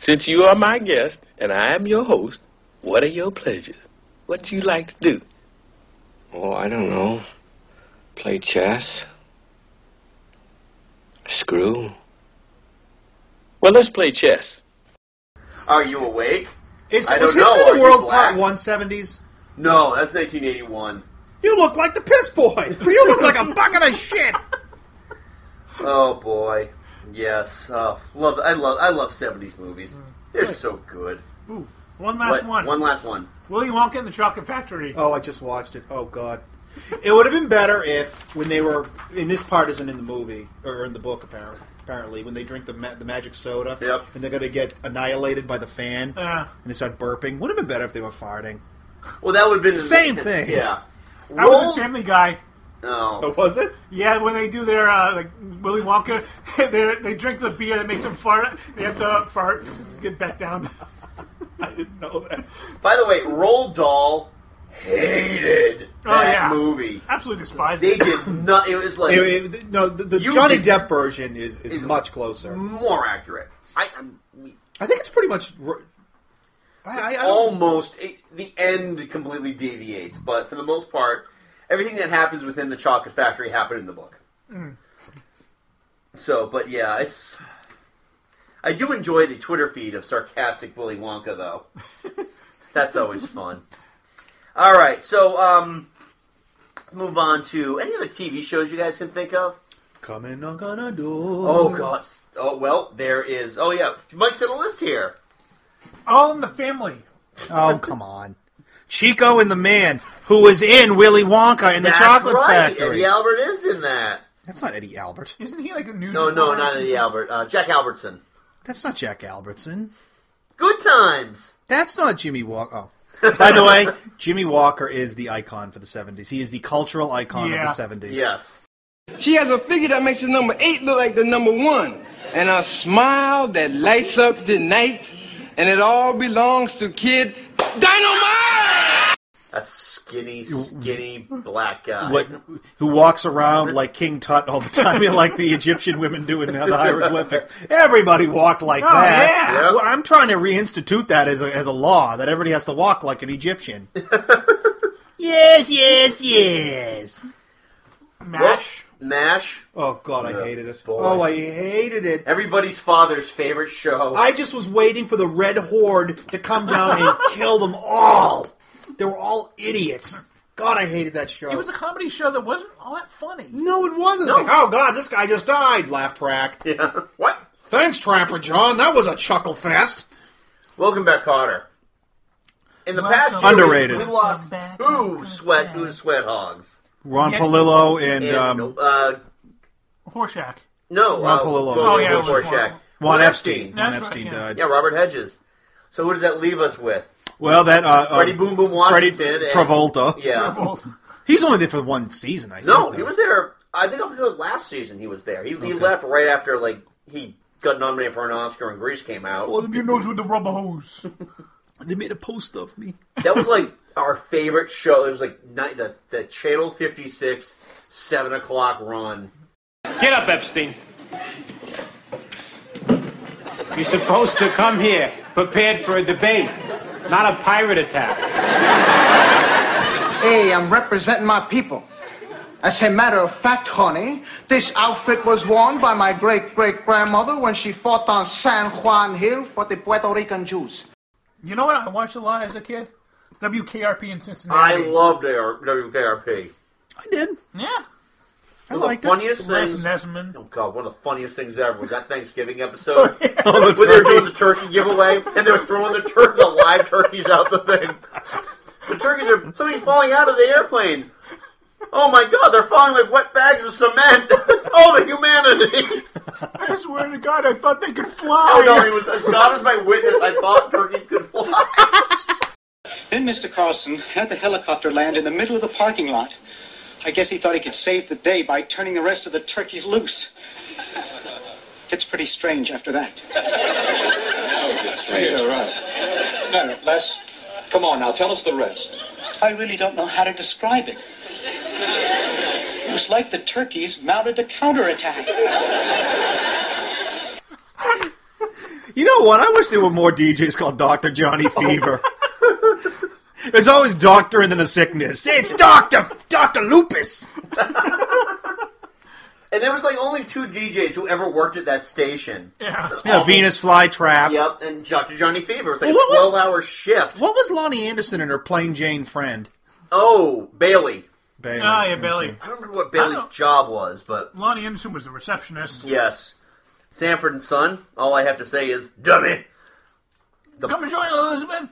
Since you are my guest and I am your host, what are your pleasures? What do you like to do? Oh, I don't know. Play chess. Screw. Well, let's play chess.
Are you awake?
Is,
I don't
was
know.
History of
Are
the
you
World
black?
Part 170s?
No, that's 1981.
You look like the piss boy. You look like a bucket of shit.
Oh boy, yes. Oh, love. I love. I love 70s movies. They're so good.
Ooh, one last one.
What? One last one.
Willy Wonka and the Chocolate Factory.
Oh, I just watched it. Oh God, it would have been better if when they were in this part isn't in the movie or in the book apparently. Apparently, when they drink the ma- the magic soda, and they're gonna get annihilated by the fan,
Yeah.
and they start burping. Would have been better if they were farting.
Well, that would have been
Same thing.
Yeah.
That was a Family Guy.
Oh.
Was it?
Yeah, when they do their uh, like Willy Wonka, they they drink the beer that makes them fart. They have to fart, get back down.
By the way, Roll Doll hated
Oh,
that
yeah.
movie.
Absolutely despised.
They did not. It was like
Anyway, th- no, the, the
You
Johnny
did-
Depp version is, is much closer.
more accurate. I, I,
I think it's pretty much. r- I, I don't-
almost it, the end completely deviates, but for the most part, everything that happens within the chocolate factory happened in the book.
Mm.
So, but yeah, it's. I do enjoy the Twitter feed of sarcastic Willy Wonka, though. That's always fun. All right, so um, move on to any other TV shows you guys can think of.
Come and knock on a door.
Oh God! s- Oh well, there is. Oh yeah, Mike's in a list here.
All in the Family.
Oh come on, Chico and the Man who was in Willy Wonka in the
That's
Chocolate
right.
Factory.
Eddie Albert is in that.
That's not Eddie Albert.
Isn't he like a news?
No, no,
reporter or
not Eddie
something?
Albert. Uh, Jack Albertson.
That's not Jack Albertson.
Good times.
That's not Jimmy Walker. Oh. By the way, Jimmy Walker is the icon for the 70s. He is the cultural icon
Yeah.
of the 70s.
Yes.
She has a figure that makes the number eight look like the number one, and a smile that lights up the night, and it all belongs to Kid Dynamite.
A skinny, skinny black guy.
What, who walks around like King Tut all the time, you know, like the Egyptian women do in the hieroglyphics. Everybody walked like
Oh,
that.
yeah. Yep.
Well, I'm trying to reinstitute that as a, as a law that everybody has to walk like an Egyptian. yes, yes, yes.
Mash. Mash.
Oh God, I hated it. Oh, I hated it.
Everybody's father's favorite show.
I just was waiting for the Red Horde to come down and kill them all. They were all idiots. God, I hated that show.
It was a comedy show that wasn't all that funny.
no, it wasn't. It's like, oh God, this guy just died. Laugh track.
Yeah. What?
Thanks, Trapper John. That was a chuckle fest.
Welcome back, Otter. In the past year,
Underrated.
we, we lost two sweat, two sweat hogs.
Ron Palillo and, um,
uh,
Horshack.
no,
Ron
uh,
Palillo.
Roy-
Oh,
Roy
yeah, it was
Rorschach.
Juan Epstein. Juan
That's
Epstein
right, yeah.
died.
Yeah, Robert Hedges. So who does that leave us with?
Well, that uh, uh,
Freddie Boom Boom
Freddie
Washington. and-
Travolta.
Yeah.
He's only there for one season, I think.
No,
though.
he was there. I think up until last season, he was there. He,
Okay.
he left right after like he got nominated for an Oscar and Grease came out.
your nose with the rubber hose.
they made a post of me.
that was like our favorite show. It was like night, the the Channel Fifty Six seven o'clock run.
Get up, Epstein. You're supposed to come here prepared for a debate, not a pirate attack.
Hey, I'm representing my people. As a matter of fact, honey, this outfit was worn by my great great grandmother when she fought on San Juan Hill for the Puerto Rican Jews.
You know what I watched a lot as a kid? WKRP in
I
Cincinnati.
loved AR- WKRP.
I did.
Yeah.
I liked the funniest
Les
things.
Nesman.
Oh god, one of the funniest things ever was that Thanksgiving episode
Oh,
when
that's
they were doing
right.
the turkey giveaway and they were throwing the tur- the live turkeys out the thing. The turkeys are something falling out of the airplane. Oh my god, they're falling like wet bags of cement. oh, the humanity!
I swear to God, I thought they could fly.
Oh no, it was as God is my witness. I thought turkeys could fly.
Then Mr. Carlson had the helicopter land in the middle of the parking lot. I guess he thought he could save the day by turning the rest of the turkeys loose. Gets pretty strange after that.
Yeah,
right. No, Les, come on now, tell us the rest. I really don't know how to describe it. It was like the turkeys mounted a counterattack.
You know what? I wish there were more DJs called Dr. Johnny
Oh.
Fever. There's always doctor and then a sickness. It's Dr. Dr. Lupus.
And there was like only two DJs who ever worked at that station.
Yeah.
Oh.
Yeah, Venus flytrap.
Yep, and Dr. Johnny Fever. It's like
What
a
was-
12 hour shift.
What was Lonnie Anderson and her plain Jane friend?
Oh, Bailey.
Bailey.
Ah, yeah, Bailey.
I don't remember what Bailey's job was, but
Lonnie Anderson was the receptionist.
yes. Sanford and Son, all I have to say is, dummy. The,
Come and join Elizabeth.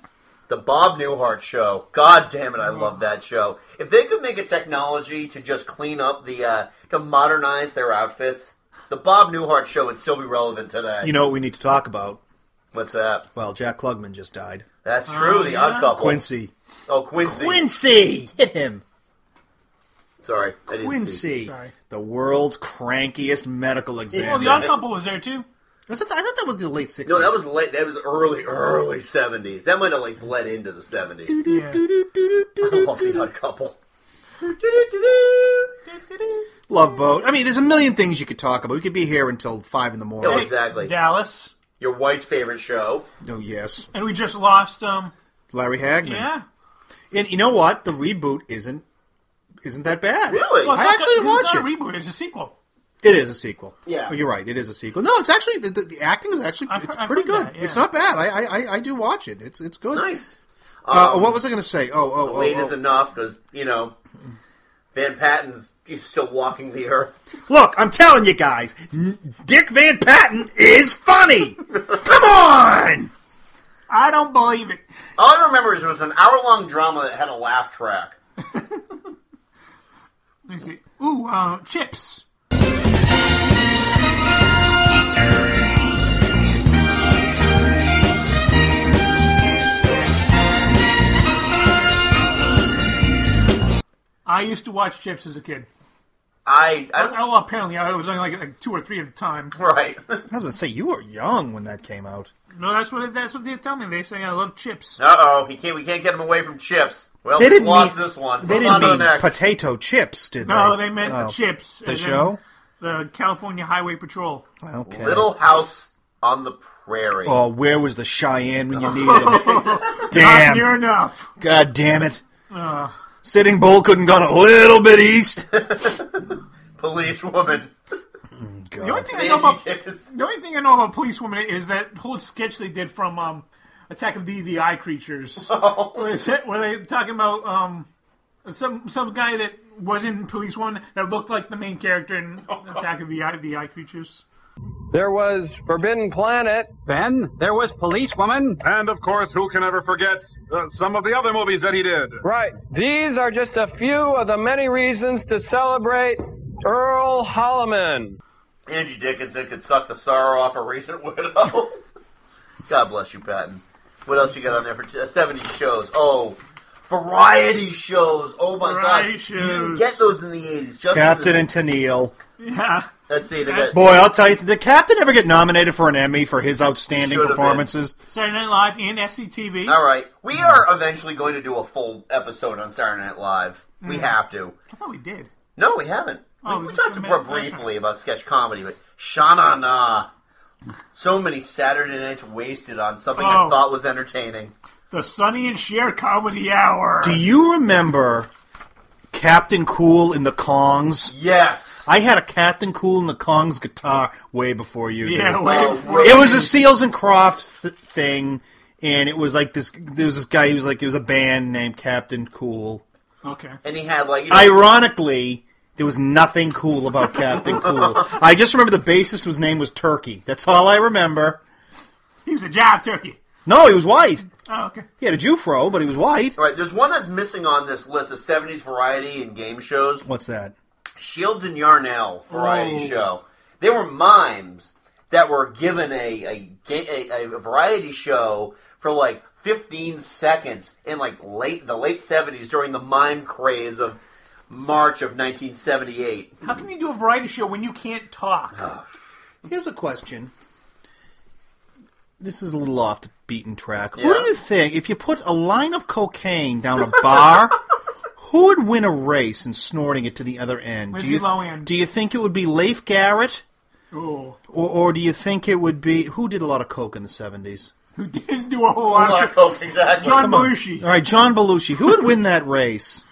The Bob Newhart Show. God damn it, I love that show. If they could make a technology to just clean up the, uh, to modernize their outfits, the Bob Newhart Show would still be relevant today.
You know what we need to talk about?
What's that?
Well, Jack Klugman just died.
Oh,
That's true, the odd couple.
Quincy.
Oh, Quincy.
Quincy! Hit him.
Sorry. I didn't
Quincy.
see.
The world's crankiest medical examiner.
Well, the odd couple was there too.
Was that, I thought that was the late 60s.
No, that was late. That was early, early seventies. That might have like bled into the seventies. I love the Odd Couple.
Love Boat. I mean, there's a million things you could talk about. We could be here until 5 in the morning.
Oh, exactly.
Dallas.
Your wife's favorite show.
Oh, yes.
And we just lost um
Larry Hagman.
yeah.
And you know what? The reboot isn't isn't that bad.
Well, it's
I
not-
actually
it's
watch
not
it.
a reboot, it's a sequel.
It is a sequel.
Yeah.
Oh, you're right. It is a sequel. No, it's actually the, the, the acting is actually it's
I've
pretty
heard
good.
that, yeah.
It's not bad. I, I I- I do watch it. It's it's good.
Nice.
Uh,
Um,
what was I going to say? Oh oh oh.
late
oh.
is enough because you know Van Patten's he's still walking the earth.
Look, I'm telling you guys, N- Dick Van Patten is funny. Come on.
I don't believe it.
All I remember is it was an hour long drama that had a laugh track.
Let me see. Ooh, uh, chips. I used to watch Chips as a kid.
I,
I, well, apparently I was only like, like two or three at the time.
Right.
I was going to say you were young when that came out.
No, that's what that's what they tell me. They say I love chips.
Uh oh, he can't. We can't get him away from chips. Well,
they
we
didn't
lost
mean,
this one.
They
Move
didn't
on to the
mean
next.
potato chips, did
No,
they?
they meant
Oh.
chips.
The
as in
show.
the California Highway Patrol.
Okay.
Little House on the Prairie.
Oh, where was the Cheyenne when you needed him?
Not
Damn.
near enough.
God damn it.
Uh,
Sitting Bull couldn't gone a little bit east.
Police woman.
The only thing I know about the only thing I know about Police Woman is that whole sketch they did from um, Attack of the the Eye Creatures.
Oh.
where, they, said- where they talking about um, some some guy that wasn't Police Woman that looked like the main character in
Oh,
Attack of the Eye the Eye Creatures.
There was Forbidden Planet. Then there was Policewoman.
And of course, who can ever forget uh, some of the other movies that he did?
Right. These are just a few of the many reasons to celebrate Earl Holliman.
Angie Dickinson could suck the sorrow off a recent widow. God bless you, Patton. What else you got on there for t- uh, 70s shows? Oh, variety shows. Oh my
Variety
God. You
shows.
didn't get those in the 80s. Just
Captain
in
and Tennille.
the...
Yeah.
Let's see. They got,
Boy, I'll tell you, did the Captain ever get nominated for an Emmy for his outstanding
Should've been.
performances?
Saturday Night Live and SCTV.
All right.
Mm-hmm.
We are eventually going to do a full episode on Saturday Night Live. We
Mm.
have to.
I thought we did.
No, we haven't.
Oh, was
we, we
this
talked
the
br-
minute- that's
briefly about sketch comedy, but Shana Na. So many Saturday nights wasted on something I
Oh.
thought was entertaining.
The Sonny and Cher Comedy Hour.
Do you remember Captain Cool in the Kongs?
Yes.
I had a Captain Cool in the Kongs guitar way before you.
Yeah,
did.
way Oh, before
It
you.
was a Seals and Crofts th- thing, and it was like this. There was this guy. He was like, it was a band named Captain Cool.
Okay.
And he had like you know,
Ironically, there was nothing cool about Captain Cool. I just remember the bassist whose name was Turkey. That's all I remember.
He was a jive turkey.
No, he was white.
Oh, okay.
He had a Jufro, but he was white.
All right, there's one that's missing on this list of 70s variety and game shows.
What's that?
Shields and Yarnell variety
Oh.
show. They were mimes, that were given a a, ga- a, a variety show for like 15 seconds in like late the late 70s during the mime craze of March of 1978.
How can you do a variety show when you can't talk?
Here's a question. This is a little off the beaten track.
Yeah.
What do you think if you put a line of cocaine down a bar? who would win a race in snorting it to the other end?
Lindsay
do you
Lohan.
do you think it would be Leif Garrett,
Oh,
or, or do you think it would be who did a lot of coke in the seventies?
who didn't do a whole lot,
lot of coke, exactly.
John
Come on.
Belushi.
All right, John Belushi. Who would win that race?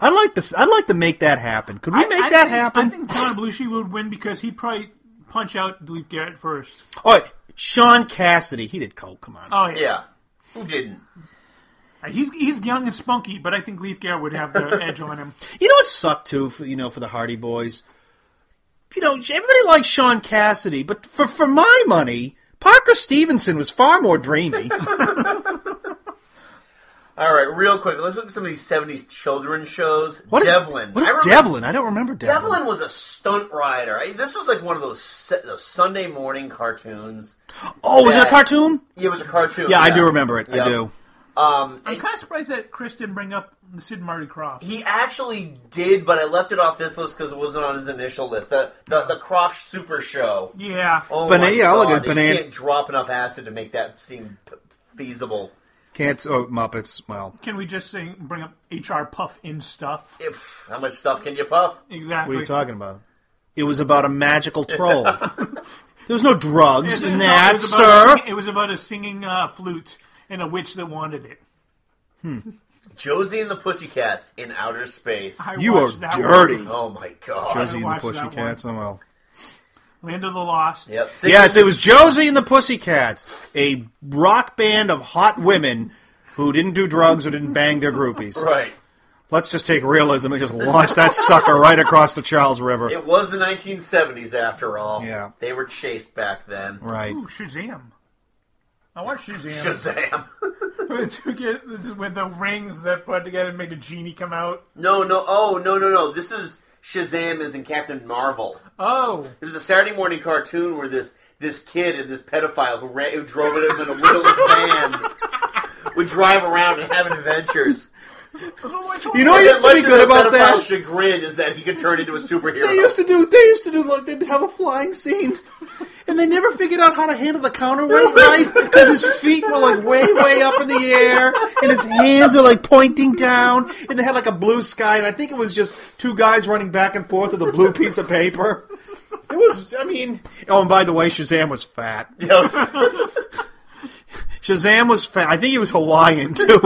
I'd like to. I'd like to make that happen. Could we
I-
make
I
that
think-
happen?
I think John Belushi would win because he'd probably punch out Leaf Garrett first.
All right, Sean Cassidy. He did coke. Come on.
Oh yeah.
Who didn't?
He's he's young and spunky, but I think Leaf Garrett would have the edge on him.
You know what sucked too, for, you know, for the Hardy Boys. You know, everybody likes Sean Cassidy, but for for my money, Parker Stevenson was far more dreamy.
All right, real quick, let's look at some of these 70s children's shows.
What is
Devlin.
What is
I remember-
Devlin? I don't remember Devlin.
Devlin was a stunt rider. I, this was like one of those, se- those Sunday morning cartoons.
Oh, was it a
that-
cartoon?
Yeah, it was a cartoon.
Yeah, I do remember it.
Yeah.
I do.
Um,
I'm kind of surprised that Chris didn't bring up the Sid and Marty Croft.
He actually did, but I left it off this list because it wasn't on his initial list. The the, the Croft Super Show.
Yeah.
Oh
Bana-
my
yeah,
God.
look at
You
banana-
can't drop enough acid to make that seem p- feasible.
Can't oh, Muppets. Well,
Can we just sing, bring up HR Puff in stuff?
If how much stuff can you puff?
what
Exactly.
are you talking about? It was about a magical troll. there was no drugs in that,
it was about
sir.
a sing- it was about a singing uh, flute and a witch that wanted it.
Josie and the Pussycats in outer space.
I
You watched are that dirty. one.
Oh my god.
Josie and the Pussycats. Oh well.
Land of the Lost.
Yep.
Yes, it was Josie and the Pussycats, a rock band of hot women who didn't do drugs or didn't bang their groupies.
Right.
Let's just take realism and just launch that sucker right across the Charles River.
It was the 1970s after all.
Yeah.
They were chased back then.
Right.
Ooh, Shazam. I watched Shazam.
Shazam.
Shazam. this is with the rings that put together and made a genie come out.
No, no. Oh, no, no, no. This is Shazam is in Captain Marvel.
Oh.
It was a Saturday morning cartoon where this this kid and this pedophile who, ran, who drove it in a wheelless van would drive around and have adventures.
You know what
And
used to
much
be
of
good
the
about that?
pedophile's Chagrin is that he could turn into a superhero.
They used to do. They used to do. like, They'd have a flying scene, and they never figured out how to handle the counterweight right because his feet were like way, way up in the air, and his hands are like pointing down, and they had like a blue sky, and I think it was just two guys running back and forth with a blue piece of paper. It was. I mean. Oh, and by the way, Shazam was fat. Shazam was fat. I think he was Hawaiian too. hey,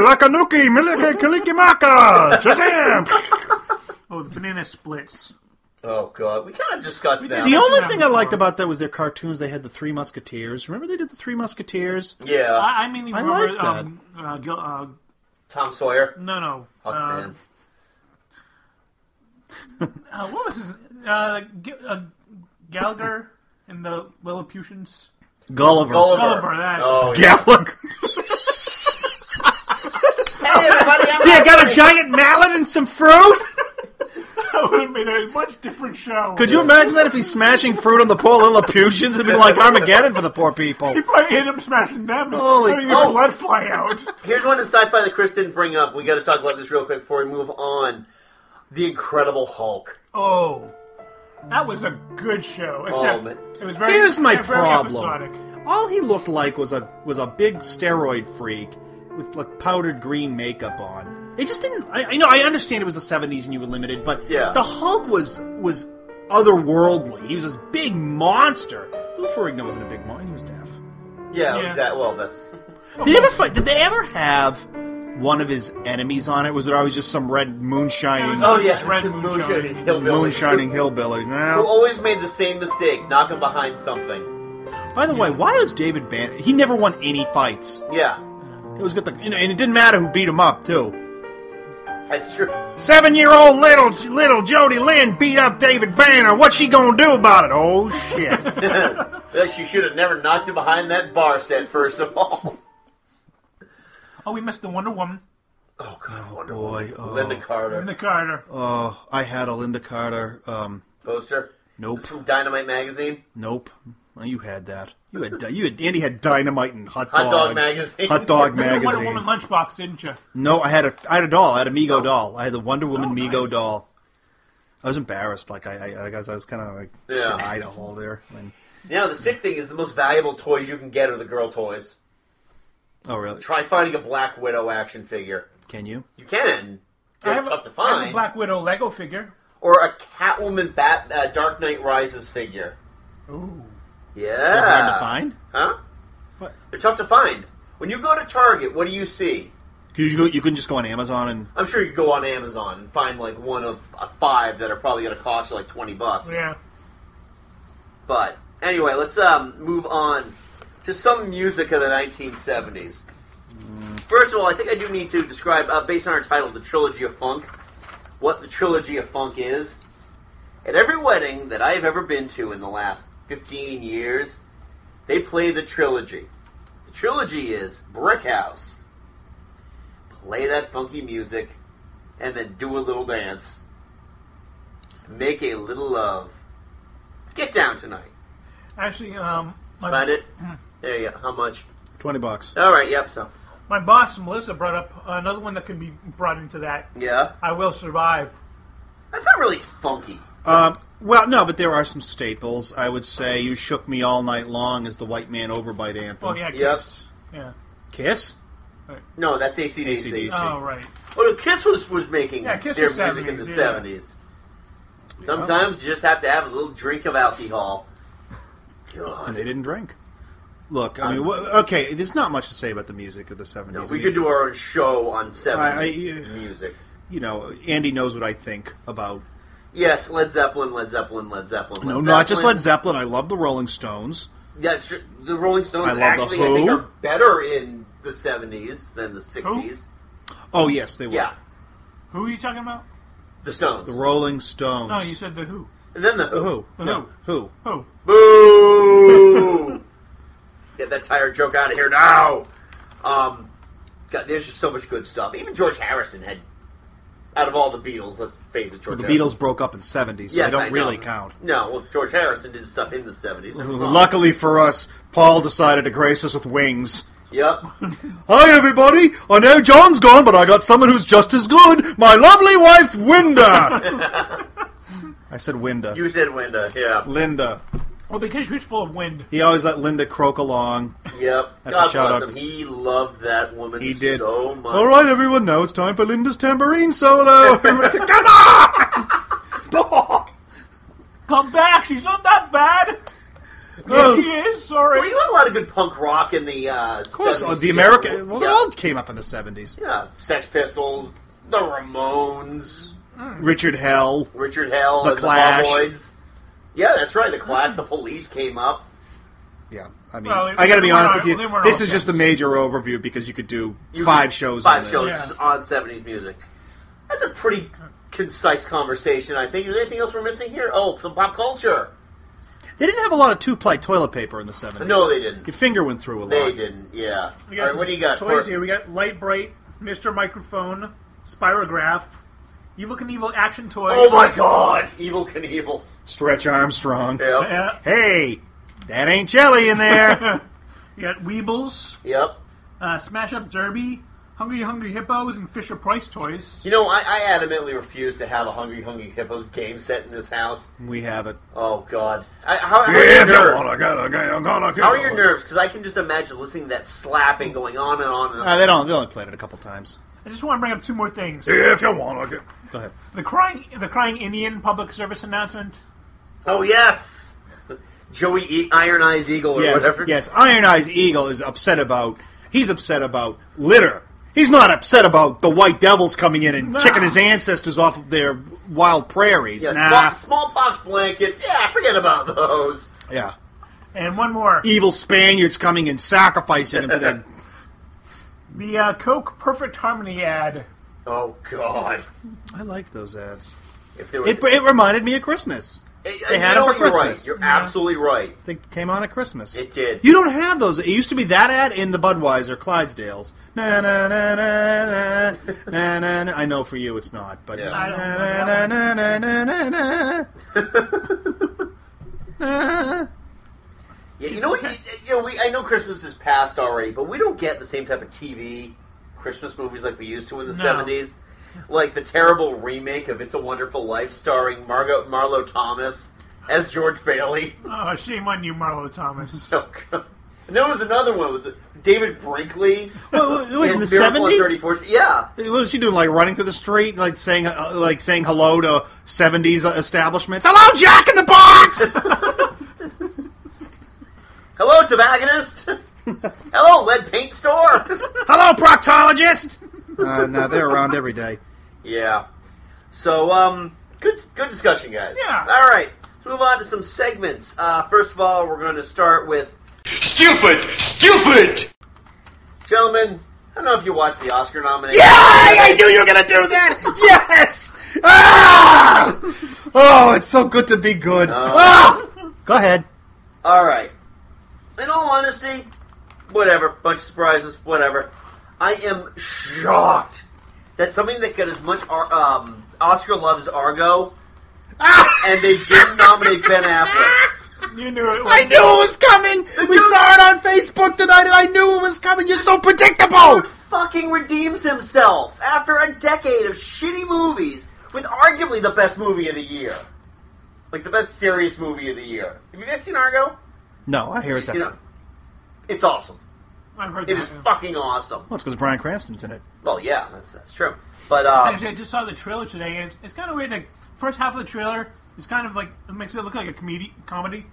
Lakanuki, Milike, Kalikimaka, Shazam.
Oh, the banana splits.
Oh god, we kind of discussed that.
The only thing I liked about that was their cartoons. They had the Three Musketeers. Remember they did the Three Musketeers?
Yeah.
I, I mainly
I
remember
like that.
um, uh, Gil, uh,
Tom Sawyer.
no, no.
Huck
Uh,
Finn.
uh, what was his uh, G- uh, Gallagher and the Lilliputians?
Gulliver.
Gulliver, that's
Oh, yeah.
Gallagher.
Hey everybody, I'm
Dear,
Huck
got a
Finn.
giant mallet and some fruit.
that would have made a much different show.
Could you imagine that if he's smashing fruit on the poor Lilliputians? It'd be like Armageddon for the poor people.
He probably hit him smashing them.
Holy-
I mean, your
Oh.
blood fly out.
Here's one in sci-fi that Chris didn't bring up. We got to talk about this real quick before we move on. The Incredible Hulk.
Oh, that was a good show. Except
but-
it was very.
Here's my
very episodic.
problem. All he looked like was a was a big steroid freak with like powdered green makeup on. It just didn't. I, I know. I understand it was the '70s and you were limited, but
Yeah.
the Hulk was was otherworldly. He was this big monster. Lou Ferrigno wasn't a big monster. He was deaf.
Yeah,
Yeah.
exactly. Well, that's
Did they ever fight? Did they ever have one of his enemies on it? Was it always just some red
It
moonshining
was
oh
always
yeah,
just red
moonshining
moonshine.
hillbilly.
moonshining hillbilly?
Who
Now,
always made the same mistake, knocking behind something.
by the way, why was David Banner? He never won any fights.
Yeah,
It was good, the, and and it didn't matter who beat him up too.
that's true.
Seven-year-old little little Jody Lynn beat up David Banner. What's she gonna do about it? Oh shit!
That she should have never knocked him behind that bar set. First of all.
Oh, we missed the Wonder Woman.
Oh God, Wonder Woman.
Boy,
Linda
oh,
Carter
Linda Carter.
oh, I had a Linda Carter. Um,
poster.
Nope.
This from Dynamite Magazine.
Nope. Well, you had that. You had di- you had Andy had dynamite and hot dog,
Hot Dog Magazine.
Hot dog
You had a Wonder
magazine.
Woman lunchbox, didn't you?
No, I had a I had a doll. I had a Mego doll. I had the Wonder Woman Mego doll. I was embarrassed. Like I I, I guess I was kind of like
Yeah.
shy to hold there. And,
You know, the sick thing is the most valuable toys you can get are the girl toys.
oh really?
Try finding a Black Widow action figure.
Can you?
You can. They're
I have
tough to
a- I have a
find.
Black Widow Lego figure.
Or a Catwoman Bat uh, Dark Knight Rises figure.
Ooh.
Yeah.
They're hard to find?
Huh? They're tough to find. When you go to Target, what do you see?
Could you go, you couldn't just go on Amazon and
I'm sure you could go on Amazon and find like one of uh, five that are probably going to cost you like twenty bucks.
Yeah.
But anyway, let's um, move on to some music of the 1970s. First of all, I think I do need to describe, uh, based on our title, the Trilogy of Funk, what the Trilogy of Funk is. At every wedding that I have ever been to in the last 15 years, they play the trilogy. The trilogy is Brick House, play that funky music, and then do a little dance. Make a little love. Get down tonight.
Actually, um, my,
Find it. There you go. How much?
twenty bucks?
All right. Yep. So.
my boss Melissa brought up another one that can be brought into that.
Yeah.
I will survive.
That's not really funky.
Um, well, no, but there are some staples. I would say "You Shook Me All Night Long" is the White Man Overbite anthem.
Oh yeah, Kiss. Yeah.
Kiss.
No, that's ACDC.
AC/DC.
Oh right.
Oh, no, Kiss was was making
Yeah, Kiss
their
was
music in the
70s, yeah.
seventies. Sometimes you just have to have a little drink of alcohol. God.
and they didn't drink. Look, I
Um,
Uh,
mean, wha- okay, there's not much to say about the music of the
No,
seventies.
we could do our own show on seventies
I- I-
music.
you know, Andy knows what I think about.
Yes, Led Zeppelin, Led Zeppelin, Led Zeppelin. Led
no,
Zeppelin.
not just Led Zeppelin. I love the Rolling Stones.
Yeah, sure, the Rolling
I
Stones
love the
actually, I think,
Who.
are better in the seventies than the sixties.
Oh yes, they were.
Yeah,
Who are you talking about?
the Stones.
The Rolling Stones.
No, you said the Who.
And then the
The Who.
The
No, Who.
Who?
Boo! Get that tire joke out of here now. Um, God, there's just so much good stuff. Even George Harrison had, out of all the Beatles, let's face it,
Well,
George.
the
Harrison.
Beatles broke up in '70s, so
Yes,
they
I
don't
know.
really count.
No, well, George Harrison did stuff in the seventies.
Luckily for us, Paul decided to grace us with wings.
Yep.
Hi, everybody! I know John's gone, but I got someone who's just as good. My lovely wife, Winda. I said Winda.
you said Winda. Yeah.
Linda.
Well, because she was full of wind.
He always let Linda croak along.
Yep.
That's a
God
shout
bless
out.
him. He loved that woman
He did.
so much.
All right, everyone, now it's time for Linda's tambourine solo. Everybody, Come on!
Come back. She's not that bad. Yes, she is. Sorry.
Well, you had a lot of good punk rock in the. Uh,
Of course, uh, the American. Well, they all came up in the 70s.
Yeah, Sex Pistols, the Ramones.
Richard Hell.
Richard Hell,
The
and
Clash.
the Bomboids. Yeah, that's right. The Clash, the Police came up.
Yeah, I mean,
Well,
I got to
they
be
weren't
honest
all-
with you.
they weren't
This
all
is just the major overview because you could do
You-
five shows.
Five
on this.
shows just on seventies music. That's a pretty concise conversation. I think. Is there anything else we're missing here? Oh, some pop culture.
They didn't have a lot of two-ply toilet paper in the seventies.
No, they didn't.
Your finger went through a
They
lot.
didn't. Yeah.
We got
All right,
some
what do you got?
Toys
Cor-
here. We got Light Bright, Mr. Microphone, Spirograph, Evil Knievel action toys.
Oh my God! Evil Knievel.
Stretch Armstrong.
Yep.
Hey, that ain't jelly in there.
You got Weebles.
Yep.
Uh, Smash Up Derby, Hungry Hungry Hippos, and Fisher Price toys.
You know, I, I adamantly refuse to have a Hungry Hungry Hippos game set in this house.
we have it.
Oh God! I, how, how are
Yeah,
your
if you
nerves?
wanna go, okay, I'm gonna go.
how are your nerves? Because I can just imagine listening to that slapping going on and on and on.
Uh, they don't. They only played it a couple times.
I just want to bring up two more things.
to. Go ahead.
The crying, the crying Indian public service announcement.
Oh yes, Joey e- Iron Eyes Eagle or
Yes,
whatever.
yes. Iron Eyes Eagle is upset about. He's upset about litter. He's not upset about the White Devils coming in and
No.
kicking his ancestors off of their wild prairies.
Yeah,
nah.
small, smallpox blankets. Yeah, forget about those.
yeah.
And one more.
E-
Evil Spaniards coming and sacrificing them to their
The uh, Coke Perfect Harmony ad.
Oh God!
I like those ads.
If there was, Eh, uh,
It, it reminded me of Christmas. They
you
had it
know,
for
you're
Christmas.
Right. You're absolutely right.
They came on at Christmas.
It did.
You don't have those. It used to be that ad in the Budweiser Clydesdales. Na na na na na na na. na. I know for you it's not, but
Yeah.
na,
I don't
na, na, na, na, na, na, na.
yeah, you know what? You, you know, we, I know Christmas is past already, but we don't get the same type of TV Christmas movies like we used to in the
No.
seventies. Like the terrible remake of "It's a Wonderful Life" starring Margot Marlo Thomas as George Bailey. Oh,
Oh, shame on you, Marlo Thomas.
And there was another one with David Brinkley.
it was in the
Miracle on
70s?
34th Yeah,
What was she doing? Like running through the street, like saying, uh, like saying hello to '70s establishments. Hello, Jack in the Box.
Hello, tobacconist. Hello, lead paint store.
Hello, proctologist. uh, no, they're around every day.
Yeah. So, um, good good discussion, guys. Yeah. All right. Let's move on to some segments. Uh, first of all, we're going to start with stupid, stupid. Gentlemen, I don't know if you watched the Oscar nomination. Yeah,
I knew you were gonna do that. yes. Ah! Oh, it's so good to be good. Ah! Go ahead.
All right. In all honesty, whatever. Bunch of surprises. Whatever. I am shocked that something that got as much Ar- um, Oscar loves Argo, and they didn't nominate Ben Affleck.
You knew it.
I knew it was coming. We saw it on Facebook tonight, and I knew it was coming. You're so predictable.
fucking redeems himself after a decade of shitty movies with arguably the best movie of the year. Like the best serious movie of the year. Have you guys seen Argo?
No, I hear it's
Have you seen
excellent.
it? It's awesome.
I've heard
It
that,
is
yeah.
fucking awesome.
Well, it's because Brian Cranston's in it.
Well, yeah, that's, that's true. But um,
Actually, I just saw the trailer today, and it's, it's kind of weird. Like first half of the trailer is kind of like it makes it look like a comedy comedy.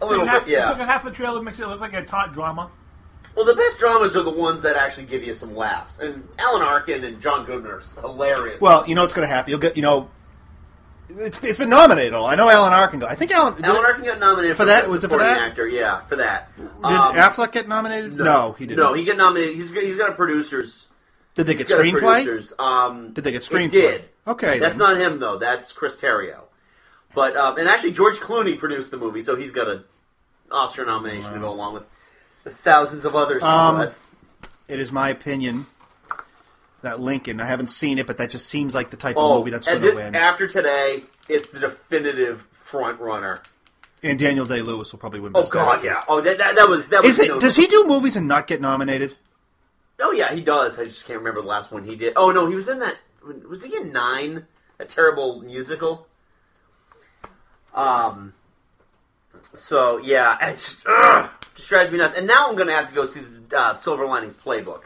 A little
Second half,
bit, yeah.
Second half of the trailer makes it look like a taut drama.
Well, the best dramas are the ones that actually give you some laughs. And Alan Arkin and John Goodman are hilarious.
Well, you know what's going to happen. You'll get, you know, it's, it's been nominated. All I know Alan Arkin. Got, I think Alan.
Alan Arkin got nominated
For
for,
that?
Best
Was it for
supporting
that?
actor. Yeah, for that. Did
Did Affleck get nominated? um, No, he didn't.
No, he got nominated. He's got, he's got a producers.
Did they get
he's got a
screenplay?
producers. Um,
Did they get
it
screenplay?
did.
Okay,
That's
then.
not him though. That's Chris Terrio. But um, and actually George Clooney produced the movie, so he's got an Oscar nomination to go along with the thousands of others.
Um,
But
it is my opinion that Lincoln. I haven't seen it, but that just seems like the type
oh,
of movie that's
and
going to
thi-
win.
after today, it's the definitive front runner.
and Daniel Day Lewis will probably win.
Oh
Best
God,
Actor.
yeah. Oh, that, that, that was that
Is
was.
it? Does he do movies and not get nominated?
Oh yeah, he does. I just can't remember the last one he did. Oh no, he was in that. Was he in Nine? That terrible musical. Um. So yeah, it's just, ugh, just drives me nuts. And now I'm gonna have to go see the uh, Silver Linings Playbook.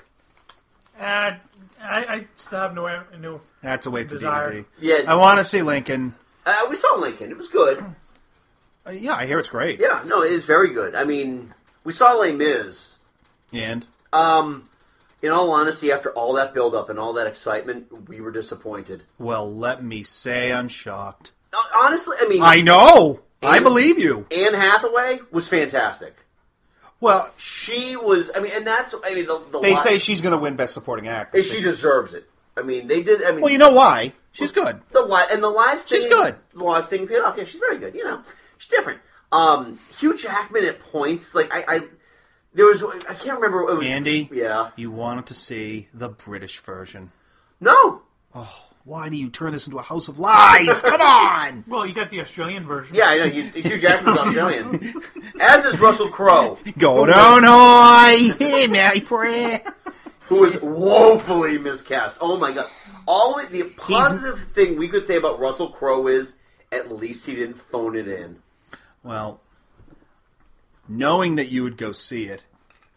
Uh, I, I still have no no.
That's a wait for
Desire.
DVD.
Yeah.
I want to see Lincoln.
Uh, we saw Lincoln. It was good.
Uh, yeah, I hear it's great.
Yeah, no, it is very good. I mean, we saw Les Mis.
And
Um, in all honesty, after all that build up and all that excitement, we were disappointed. Uh,
well, let me say, I'm shocked.
Honestly, I mean,
I know. I
Anne-
believe you.
Anne Hathaway was fantastic.
Well,
she was. I mean, and that's. I mean, the, the
They
line-
say she's going to win Best Supporting Actor.
and she deserves it. I mean, they did. I mean,
Well, you know why? She's good.
the live and the live
She's
singing.
good.
The live singing paid off. Yeah, she's very good. You know, she's different. Um, Hugh Jackman at points, like I, I there was. I can't remember. It was,
Andy,
Yeah.
you wanted to see the British version.
No.
Oh, why do you turn this into a house of lies? Come on.
Well, you got the Australian version.
Yeah, I know. You, Hugh Jackman's Australian, as is Russell Crowe.
Go down high, hey, my prayer.
who was woefully miscast. Oh my god! All the positive thing we could say about Russell Crowe is at least he didn't phone it in.
Well, knowing that you would go see it,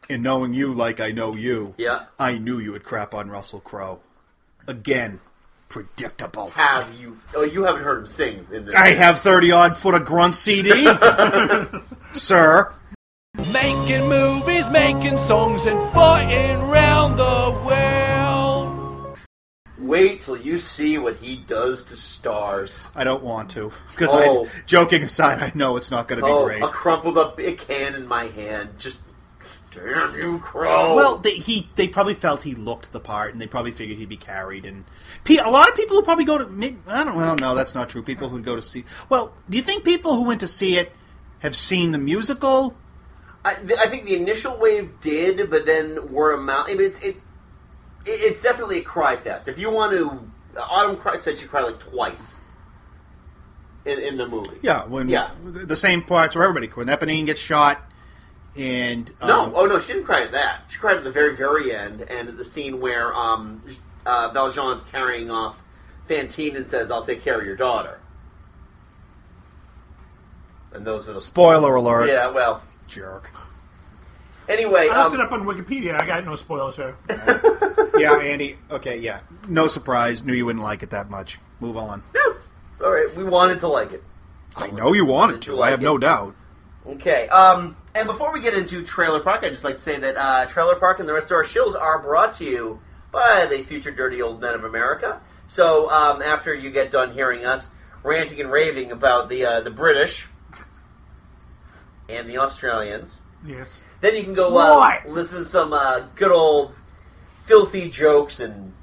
and knowing you like I know you,
Yeah.
I knew you would crap on Russell Crowe. Again, predictable.
Have you? Oh, you haven't heard him sing. In this
I have 30 odd foot of grunt CD. Sir.
Making movies, making songs, and fighting round the world.
Wait till you see what he does to stars.
I don't want to. Because
Oh.
I joking aside, I know it's not going to be
Oh,
great.
a crumpled up big can in my hand. Just damn you, Crow.
Well, they, he they probably felt he looked the part, and they probably figured he'd be carried. And pe- a lot of people who probably go to may- I don't well no that's not true. People who go to see well, do you think people who went to see it have seen the musical?
I, th- I think the initial wave did, but then word of mouth. I mean, it's it, it, it's definitely a cry fest. If you want to, Autumn Cry said she cried like twice. in, in the movie.
Yeah, when
Yeah.
the same parts where everybody when Eponine gets shot, and
No,
um,
oh no, she didn't cry at that. She cried at the very, very end, and at the scene where um, uh, Valjean's carrying off Fantine and says, "I'll take care of your daughter." And those are the
Spoiler alert.
Yeah, well,
jerk.
Anyway,
I
um,
looked it up on Wikipedia. I got no spoilers here.
yeah, Andy. Okay, yeah, no surprise. Knew you wouldn't like it that much. Move on.
all right, we wanted to like it.
I know you wanted to. I have no doubt.
Okay. Um, and before we get into Trailer Park, I'd just like to say that uh, Trailer Park and the rest of our shows are brought to you by the future Dirty Old Men of America. So um, after you get done hearing us ranting and raving about the uh, the British and the Australians,
Yes.
then you can go uh, listen to some uh, good old filthy jokes and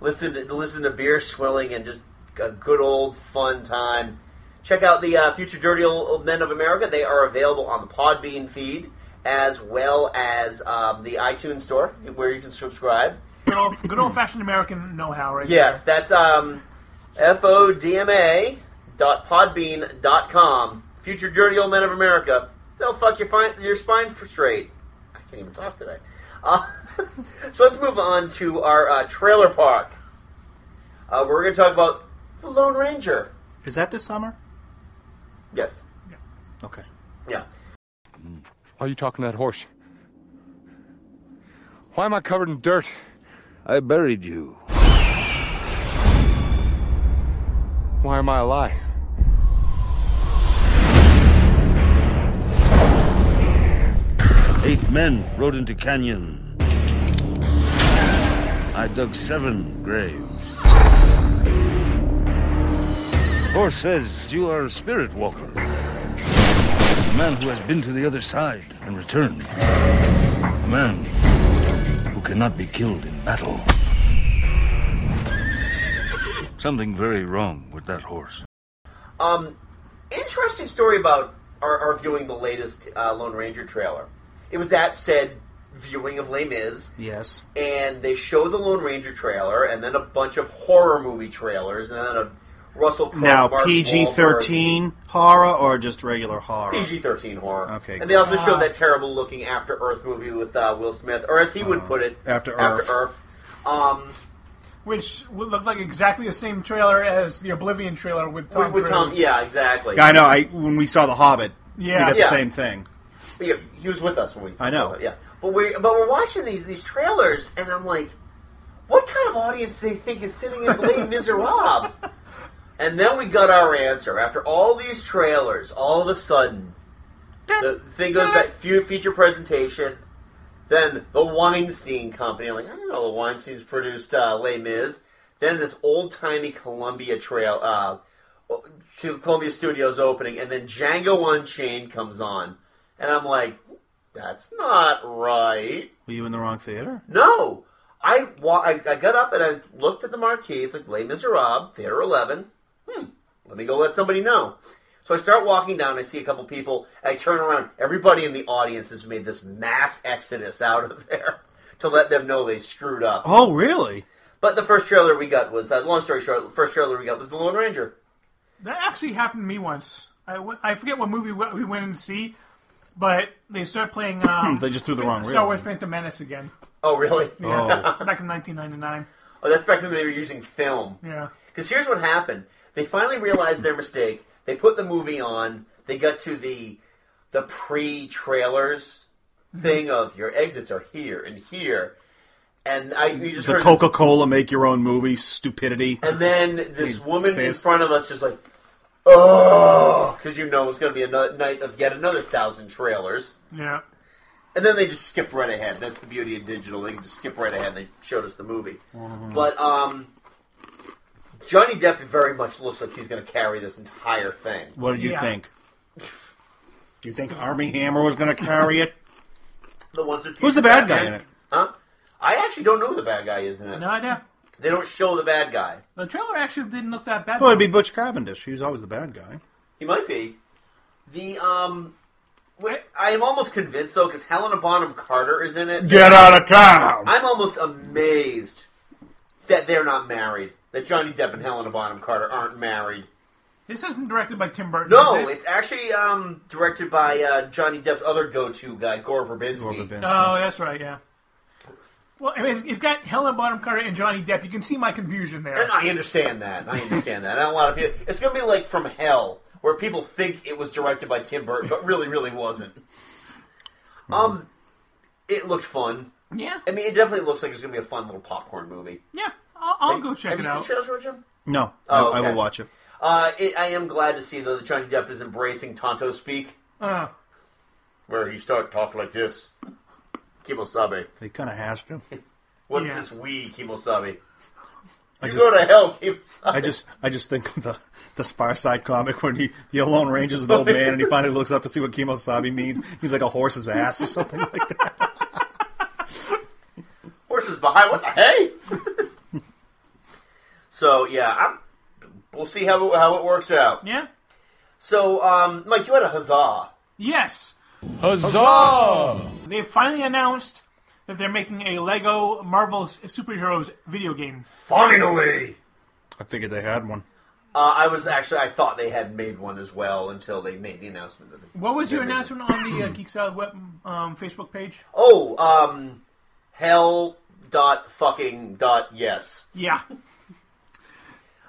listen to listen to beer swilling and just a good old fun time. Check out the uh, Future Dirty Old Men of America. They are available on the Podbean feed as well as um, the iTunes store where you can subscribe.
Good old, good old fashioned American know how, right?
Yes, that's um, fodma.podbean.com. Future Dirty Old Men of America. They'll fuck your, fi- your spine for straight. I can't even talk today. Uh, so let's move on to our uh, trailer park. Uh, we're going to talk about The Lone Ranger.
Is that this summer?
Yes.
Okay.
Yeah.
Why are you talking to that horse? Why am I covered in dirt? I buried you. Why am I alive?
Eight men rode into canyon. I dug seven graves. Horse says you are a spirit walker. A man who has been to the other side and returned. A man who cannot be killed in battle. Something very wrong with that horse.
Um, interesting story about our, our viewing the latest uh, Lone Ranger trailer. It was that said viewing of Les Mis.
Yes.
and they show the Lone Ranger trailer, and then a bunch of horror movie trailers, and then a Russell Crowe.
Now
Mark
PG thirteen horror or just regular horror?
PG thirteen horror.
Okay.
And they also show that terrible looking After Earth movie with uh, Will Smith, or as he would put it,
Uh, After Earth.
After Earth. Um,
Which would look like exactly the same trailer as the Oblivion trailer with Tom.
with, with Tom,
Cruise.
yeah, exactly.
Yeah, I know. I when we saw The Hobbit,
Yeah.
we got
Yeah.
the same thing.
But yeah, he was with us when we.
I know.
Yeah, but we but we're watching these these trailers, and I'm like, what kind of audience do they think is sitting in Les Miserables? and then we got our answer after all these trailers. All of a sudden, the thing goes back few feature presentation. Then the Weinstein Company. I'm like, I don't know. The Weinstein's produced uh, Les Mis. Then this old timey Columbia trail. Uh, to Columbia Studios opening, and then Django Unchained comes on, and I'm like, that's not right.
Were you in the wrong theater?
No, I wa- I, I got up and I looked at the marquee. It's like Les Miserables, Theater 11. Hmm, let me go let somebody know. So I start walking down. I see a couple people. I turn around. Everybody in the audience has made this mass exodus out of there to let them know they screwed up.
Oh, really?
But the first trailer we got was uh, long story short. The first trailer we got was the Lone Ranger.
That actually happened to me once. I, went- I forget what movie we we went and see, but they started playing. Um,
They just threw the
Fa-
wrong
Star
reel.
Wars: Phantom Menace again.
Oh, really?
Yeah, back in 1999.
Oh, that's back when they were using film.
Yeah.
Because here's what happened: they finally realized their mistake. They put the movie on. They got to the the pre-trailers
Mm-hmm.
thing of your exits are here and here, and I you just
The
heard
Coca Cola make your own movie stupidity.
and then this
You
woman in
sadist.
front of us just like, oh, because you know it's going to be a no- night of yet another thousand trailers.
Yeah.
And then they just skip right ahead. That's the beauty of digital. They can just skip right ahead. They showed us the movie.
Mm-hmm.
But um, Johnny Depp very much looks like he's going to carry this entire thing.
What did you think? Do you think Army Hammer was going to carry it?
The ones that
Who's the bad guy in it?
Huh? I actually don't know who the bad guy is in it.
No idea.
They don't show the bad guy.
The trailer actually didn't look that bad.
Well, it'd be Butch Cavendish. He was always the bad guy.
He might be. The um, wait, I am almost convinced though because Helena Bonham Carter is in it.
Get out of town!
I'm almost amazed that they're not married. That Johnny Depp and Helena Bonham Carter aren't married.
This isn't directed by Tim Burton.
No,
is it?
it's actually um, directed by uh, Johnny Depp's other go-to guy, Gore Verbinski.
Oh, that's right. Yeah. Well, I mean, it's, it's got Helen Bonham Carter and Johnny Depp. You can see my confusion there.
And I understand that. I understand that. And a lot of people, it's going to be like from hell, where people think it was directed by Tim Burton, but really, really wasn't.
Hmm.
Um, it looked fun.
Yeah.
I mean, it definitely looks like it's going to be a fun little popcorn movie.
Yeah, I'll, I'll
Like,
go check
have
it
you seen
out.
trailers, Roger?
No,
Oh,
I, I
okay.
will watch it.
Uh, it, I am glad to see though that Johnny Depp is embracing Tonto speak,
Uh,
where he start talking like this. Kimosabe,
He kind of has to.
what's this we Kimosabe?
I
You
just-
go to hell, Kimosabe.
I just, I just think of the the Far Side comic when he the Lone Ranger's an old man and he finally looks up to see what kemosabe means. He's like a horse's ass or something like that.
horses behind. What the hey? so yeah, I'm, we'll see how it, how it works out.
Yeah.
So, um, Mike, you had a huzzah.
Yes.
Huzzah!
They finally announced that they're making a Lego Marvel s- superheroes video game.
Finally!
I figured they had one.
Uh, I was actually I thought they had made one as well until they made the announcement. Of it.
What was your announcement on the uh, Geek Salad Web um, Facebook page?
Oh, um, hell dot fucking dot yes.
Yeah.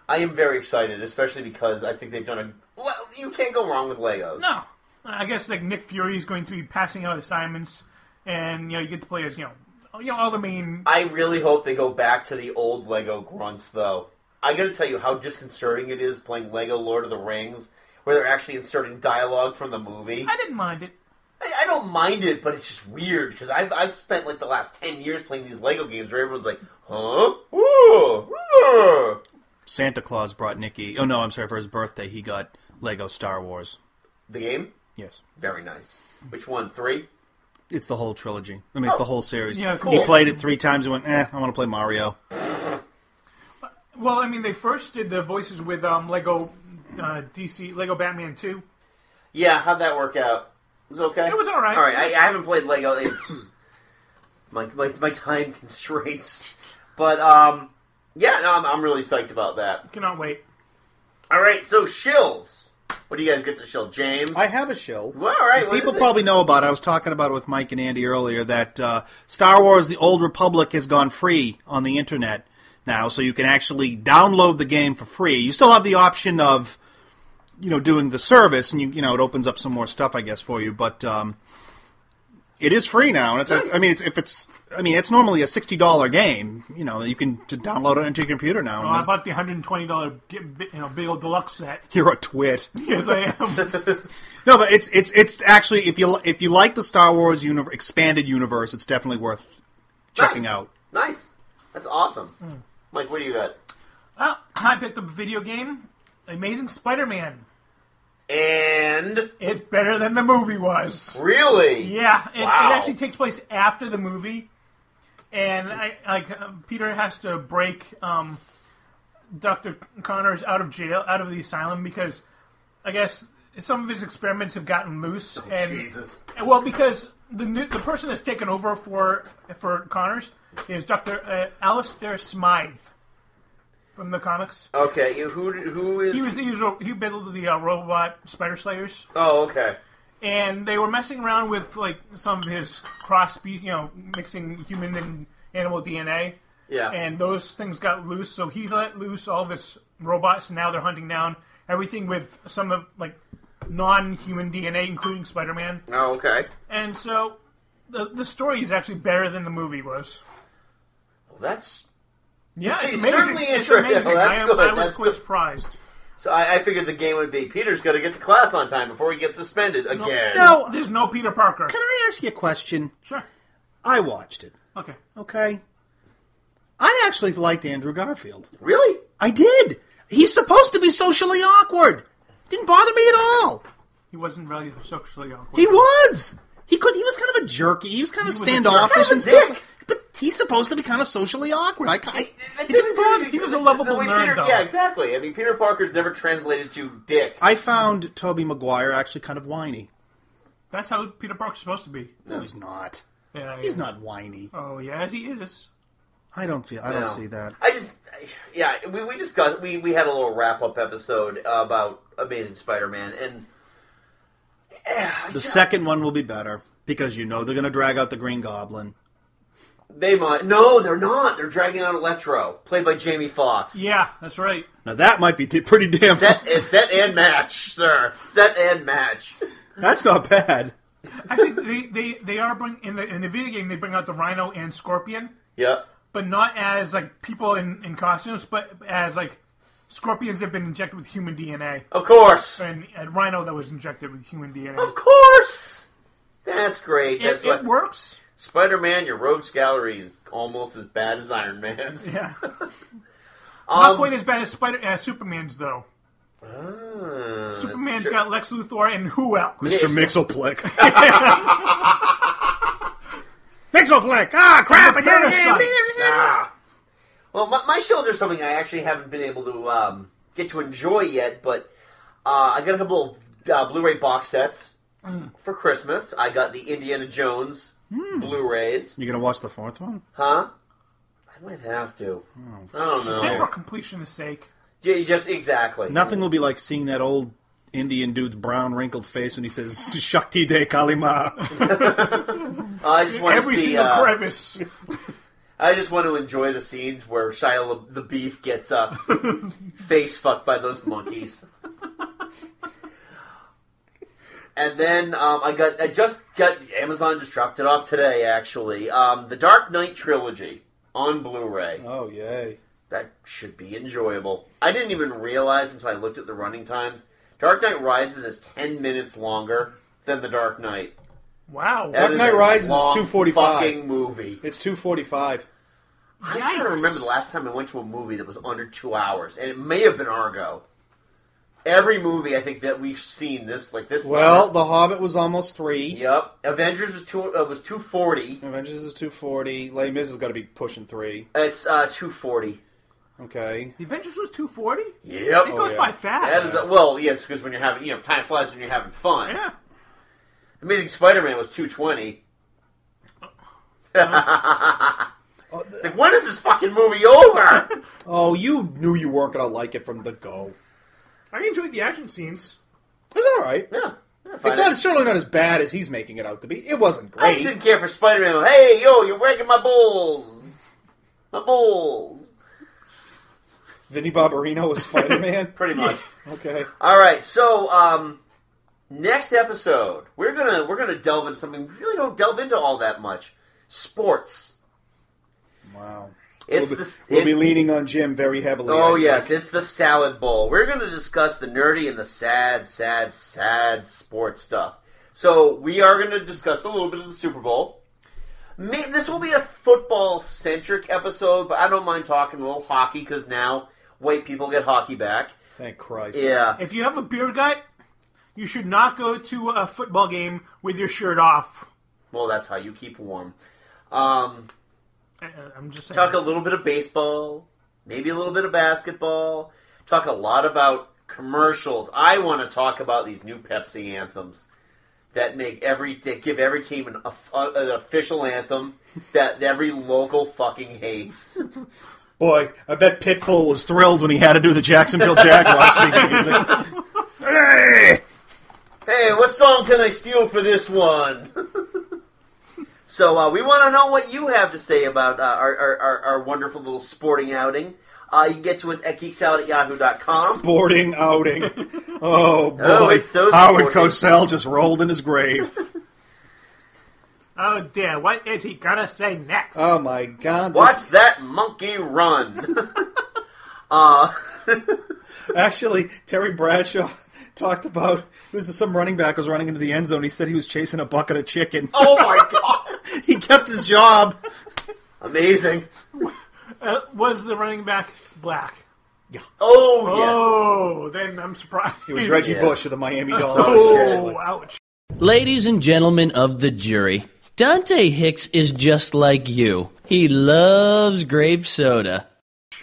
I am very excited, especially because I think they've done a. Well, you can't go wrong with Legos.
No, Oh, I guess like Nick Fury is going to be passing out assignments, and you know you get to play as you know, you know all the main.
I really hope they go back to the old Lego grunts, though. I gotta tell you how disconcerting it is playing Lego Lord of the Rings, where they're actually inserting dialogue from the movie.
I didn't mind it.
I, I don't mind it, but it's just weird because I've I've spent like the last ten years playing these Lego games where everyone's like, huh? Ooh, ooh."
Santa Claus brought Nikki. Oh no, I'm sorry. For his birthday, he got Lego Star Wars.
The game?
Yes.
Very nice. Which one? Three?
It's the whole trilogy. I mean, it's
Oh.
the whole series.
Yeah,
He
cool.
played it three times and went, "Eh, I want to play Mario."
Well, I mean, they first did the voices with um, Lego uh, DC Lego Batman Two.
Yeah, how'd that work out? It was okay.
It was all right.
All right, I, I haven't played Lego. It, my, my my time constraints, but um, yeah, no, I'm, I'm really psyched about that.
Cannot wait.
All right, so shills. What do you guys get to shill, James?
I have a shill.
Well, all right, what
People
is it?
probably know about it. I was talking about it with Mike and Andy earlier that uh, Star Wars: The Old Republic has gone free on the internet now, so you can actually download the game for free. You still have the option of, you know, doing the service, and you you know it opens up some more stuff, I guess, for you. But um, it is free now, and it's I mean, it's, if it's I mean, it's normally a sixty dollar game. You know, you can just download it into your computer now.
Oh, I bought the hundred and twenty dollar you know big old deluxe set.
You're a twit.
Yes, I am.
No, but it's it's it's actually if you if you like the Star Wars uni- expanded universe, it's definitely worth checking out.
Nice. That's awesome.
Hmm.
Mike, what do you got?
Uh, I picked up a video game, Amazing Spider-Man.
And
it's better than the movie was.
Really?
Yeah. It,
Wow.
it actually takes place after the movie, and I like um, Peter has to break um, Doctor Connors out of jail, out of the asylum because I guess some of his experiments have gotten loose. and
Oh, Jesus.
and, well, because the new, the person that's taken over for for Connors is Doctor uh, Alistair Smythe from the comics.
Okay, you- who who is?
He was the usual. He built the uh, robot Spider Slayers,
Oh, okay.
and they were messing around with like some of his cross species, you know, mixing human and animal DNA.
Yeah.
And those things got loose, so he let loose all of his robots, and now they're hunting down everything with some of like non-human DNA, including Spider Man.
Oh, okay.
And so, the the story is actually better than the movie was.
Well, that's
yeah, it's
He's
amazing.
certainly
it's
interesting.
amazing.
Well, that's
I, am,
good.
I was
That's
quite surprised.
So I, I figured the game would be Peter's got to get to class on time before he gets suspended again.
No.
there's no Peter Parker.
Can I ask you a question?
Sure.
I watched it.
Okay.
Okay. I actually liked Andrew Garfield.
Really?
I did. He's supposed to be socially awkward. Didn't bother me at all.
He wasn't really socially awkward.
He was. He could. He was kind of a jerky. He was kind of
He was a
standoffish
jerk.
and
Kind of a
stuff. But he's supposed to be kind of socially awkward. I, I, it
didn't
bother.
He was a lovable Peter, Yeah, exactly. I mean, Peter Parker's never translated to dick.
I found Toby Maguire actually kind of whiny.
That's how Peter Parker's supposed to be.
No, he's not.
Yeah,
He's not whiny.
Oh yeah, he is.
I don't feel. I don't
No.
see that.
I just yeah, we, we discussed we, we had a little wrap up episode about Amazing Spider Man and
The second one will be better because you know they're going to drag out the Green Goblin.
they might no, they're not. They're dragging out Electro, played by Jamie Foxx.
Yeah, that's right.
Now that might be t- pretty damn.
Set eh, set and match, sir. Set and match.
That's not bad.
Actually, they, they, they are bring in the in the video game they bring out the Rhino and Scorpion,
Yep.
but not as like people in, in costumes, but as like scorpions have been injected with human DNA.
Of course.
and, and Rhino that was injected with human DNA.
Of course, that's great.
It-
That's
it
what
works.
Spider Man, your rogues gallery is almost as bad as Iron Man's.
Yeah.
Um,
Not quite as bad as Spider uh, Superman's though.
Ah, that's
Superman's
true.
got Lex Luthor and who else?
Mr. Mixelplick. Mixelplick! Ah, crap! I did it again!
Ah. Well, my, my shows are something I actually haven't been able to um, get to enjoy yet, but uh, I got a couple of uh, Blu-ray box sets
Mm.
for Christmas. I got the Indiana Jones
Hmm.
Blu-rays,
You gonna watch the fourth one?
huh? I might have to. I don't
Hmm. Just for
know.
completion's sake.
Yeah, you just exactly.
Nothing will be like seeing that old Indian dude's brown, wrinkled face when he says "Shakti De Kalima."
Uh, I just want
Every
to see.
single
uh,
crevice.
I just want to enjoy the scenes where Shia La- the Beef gets up, face fucked by those monkeys. And then um, I got I just got Amazon just dropped it off today actually. Um, the Dark Knight trilogy on Blu-ray.
Oh yay!
That should be enjoyable. I didn't even realize until I looked at the running times. Dark Knight Rises is ten minutes longer than The Dark Knight.
Wow.
That
Dark Knight
a
Rises is
long
245.
Fucking movie.
It's two forty-five.
I'm trying to remember the last time I went to a movie that was under two hours, and it may have been Argo. Every movie I think that we've seen this like this.
Well,
summer-
The Hobbit was almost three.
yep. Avengers was two uh, was two forty.
Avengers is two forty. Les Mis has got to be pushing three.
It's uh, two forty.
Okay.
The Avengers was 240?
Yep.
It goes
Oh, yeah.
by fast.
That is, well, yes, because when you're having you know time flies when you're having fun.
Yeah.
Amazing Spider-Man was two twenty. like when is this fucking movie over?
Oh, you knew you weren't gonna like it from the go.
I enjoyed the action scenes.
It's all right.
Yeah.
It's not it's certainly not as bad as he's making it out to be. It wasn't
I just
great.
didn't care for Spider Man. Hey, yo, you're wagging my balls. My balls.
Vinnie Barbarino was Spider Man.
Pretty much.
Okay.
All right, so um, next episode we're gonna we're gonna delve into something we really don't delve into all that much. Sports.
Wow.
It's
we'll be,
the-
we'll be
it's-
leaning on Jim very heavily.
Oh
I
yes,
think.
it's the salad bowl. We're going to discuss the nerdy and the sad, sad, sad sports stuff. So we are going to discuss a little bit of the Super Bowl. May- This will be a football-centric episode, but I don't mind talking a little hockey because now white people get hockey back.
Thank Christ.
Yeah.
If you have a beer gut, you should not go to a football game with your shirt off.
Well, that's how you keep warm. Um,
I, I- Uh, I'm just saying.
talk a little bit of baseball, maybe a little bit of basketball. Talk a lot about commercials. I want to talk about these new Pepsi anthems that make every that give every team an, of- uh, an official anthem that every local fucking hates.
Boy, I bet Pitbull was thrilled when he had to do the Jacksonville Jaguars theme music. Hey!
Hey, what song can I steal for this one? so uh, we want to know what you have to say about uh, our, our, our, our wonderful little sporting outing. Uh, you can get to us at geeksalad at yahoo.com.
Sporting outing. Oh boy,
Oh, it's so
Howard
sporting.
Cosell just rolled in his grave.
Oh dear, what is he gonna say next?
Oh my God!
Watch that monkey run. uh,
Actually, Terry Bradshaw talked about it was some running back was running into the end zone. He said he was chasing a bucket of chicken.
oh my god!
he kept his job.
Amazing.
Uh, was the running back black?
Oh yes.
Oh, then I'm surprised.
It was Reggie Bush of the Miami Dolphins.
Oh, ouch.
Ladies and gentlemen of the jury, Dante Hicks is just like you. He loves grape soda.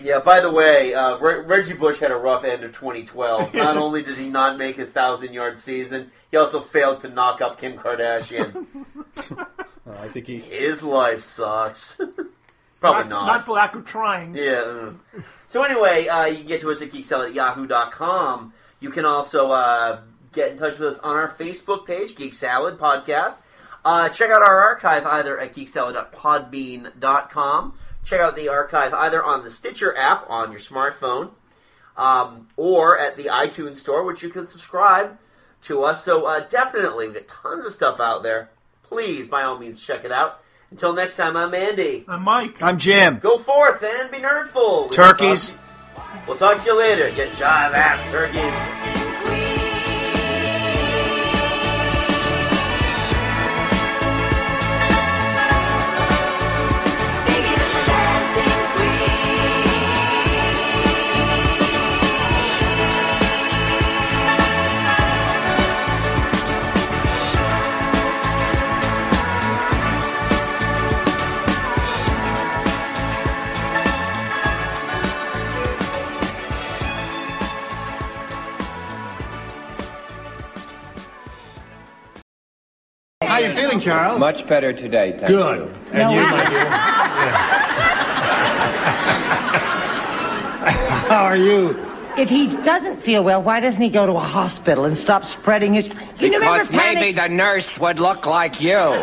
Yeah. By the way, uh, Re- Reggie Bush had a rough end of 2012. Not only did he not make his thousand-yard season, he also failed to knock up Kim Kardashian.
Oh, I think he.
His life sucks. Probably
Not for lack of trying.
Yeah. mm. So anyway, uh, you can get to us at geeksell at yahoo.com. You can also uh, get in touch with us on our Facebook page, Geek Salad Podcast. Uh, check out our archive either at geeksalad.podbean.com. Check out the archive either on the Stitcher app on your smartphone um, or at the iTunes store, which you can subscribe to us. So uh, definitely, we've got tons of stuff out there. Please, by all means, check it out. Until next time, I'm Andy.
I'm Uh, Mike.
I'm Jim.
Go forth and be nerdful. We
Turkeys.
will talk- We'll talk to you later. Get jive ass turkeys.
How you feeling, Charles? Much better today, thank
Good.
you.
And No. you, my
How are you?
If he doesn't feel well, why doesn't he go to a hospital and stop spreading his? You never
Because
panic-
maybe the nurse would look like you.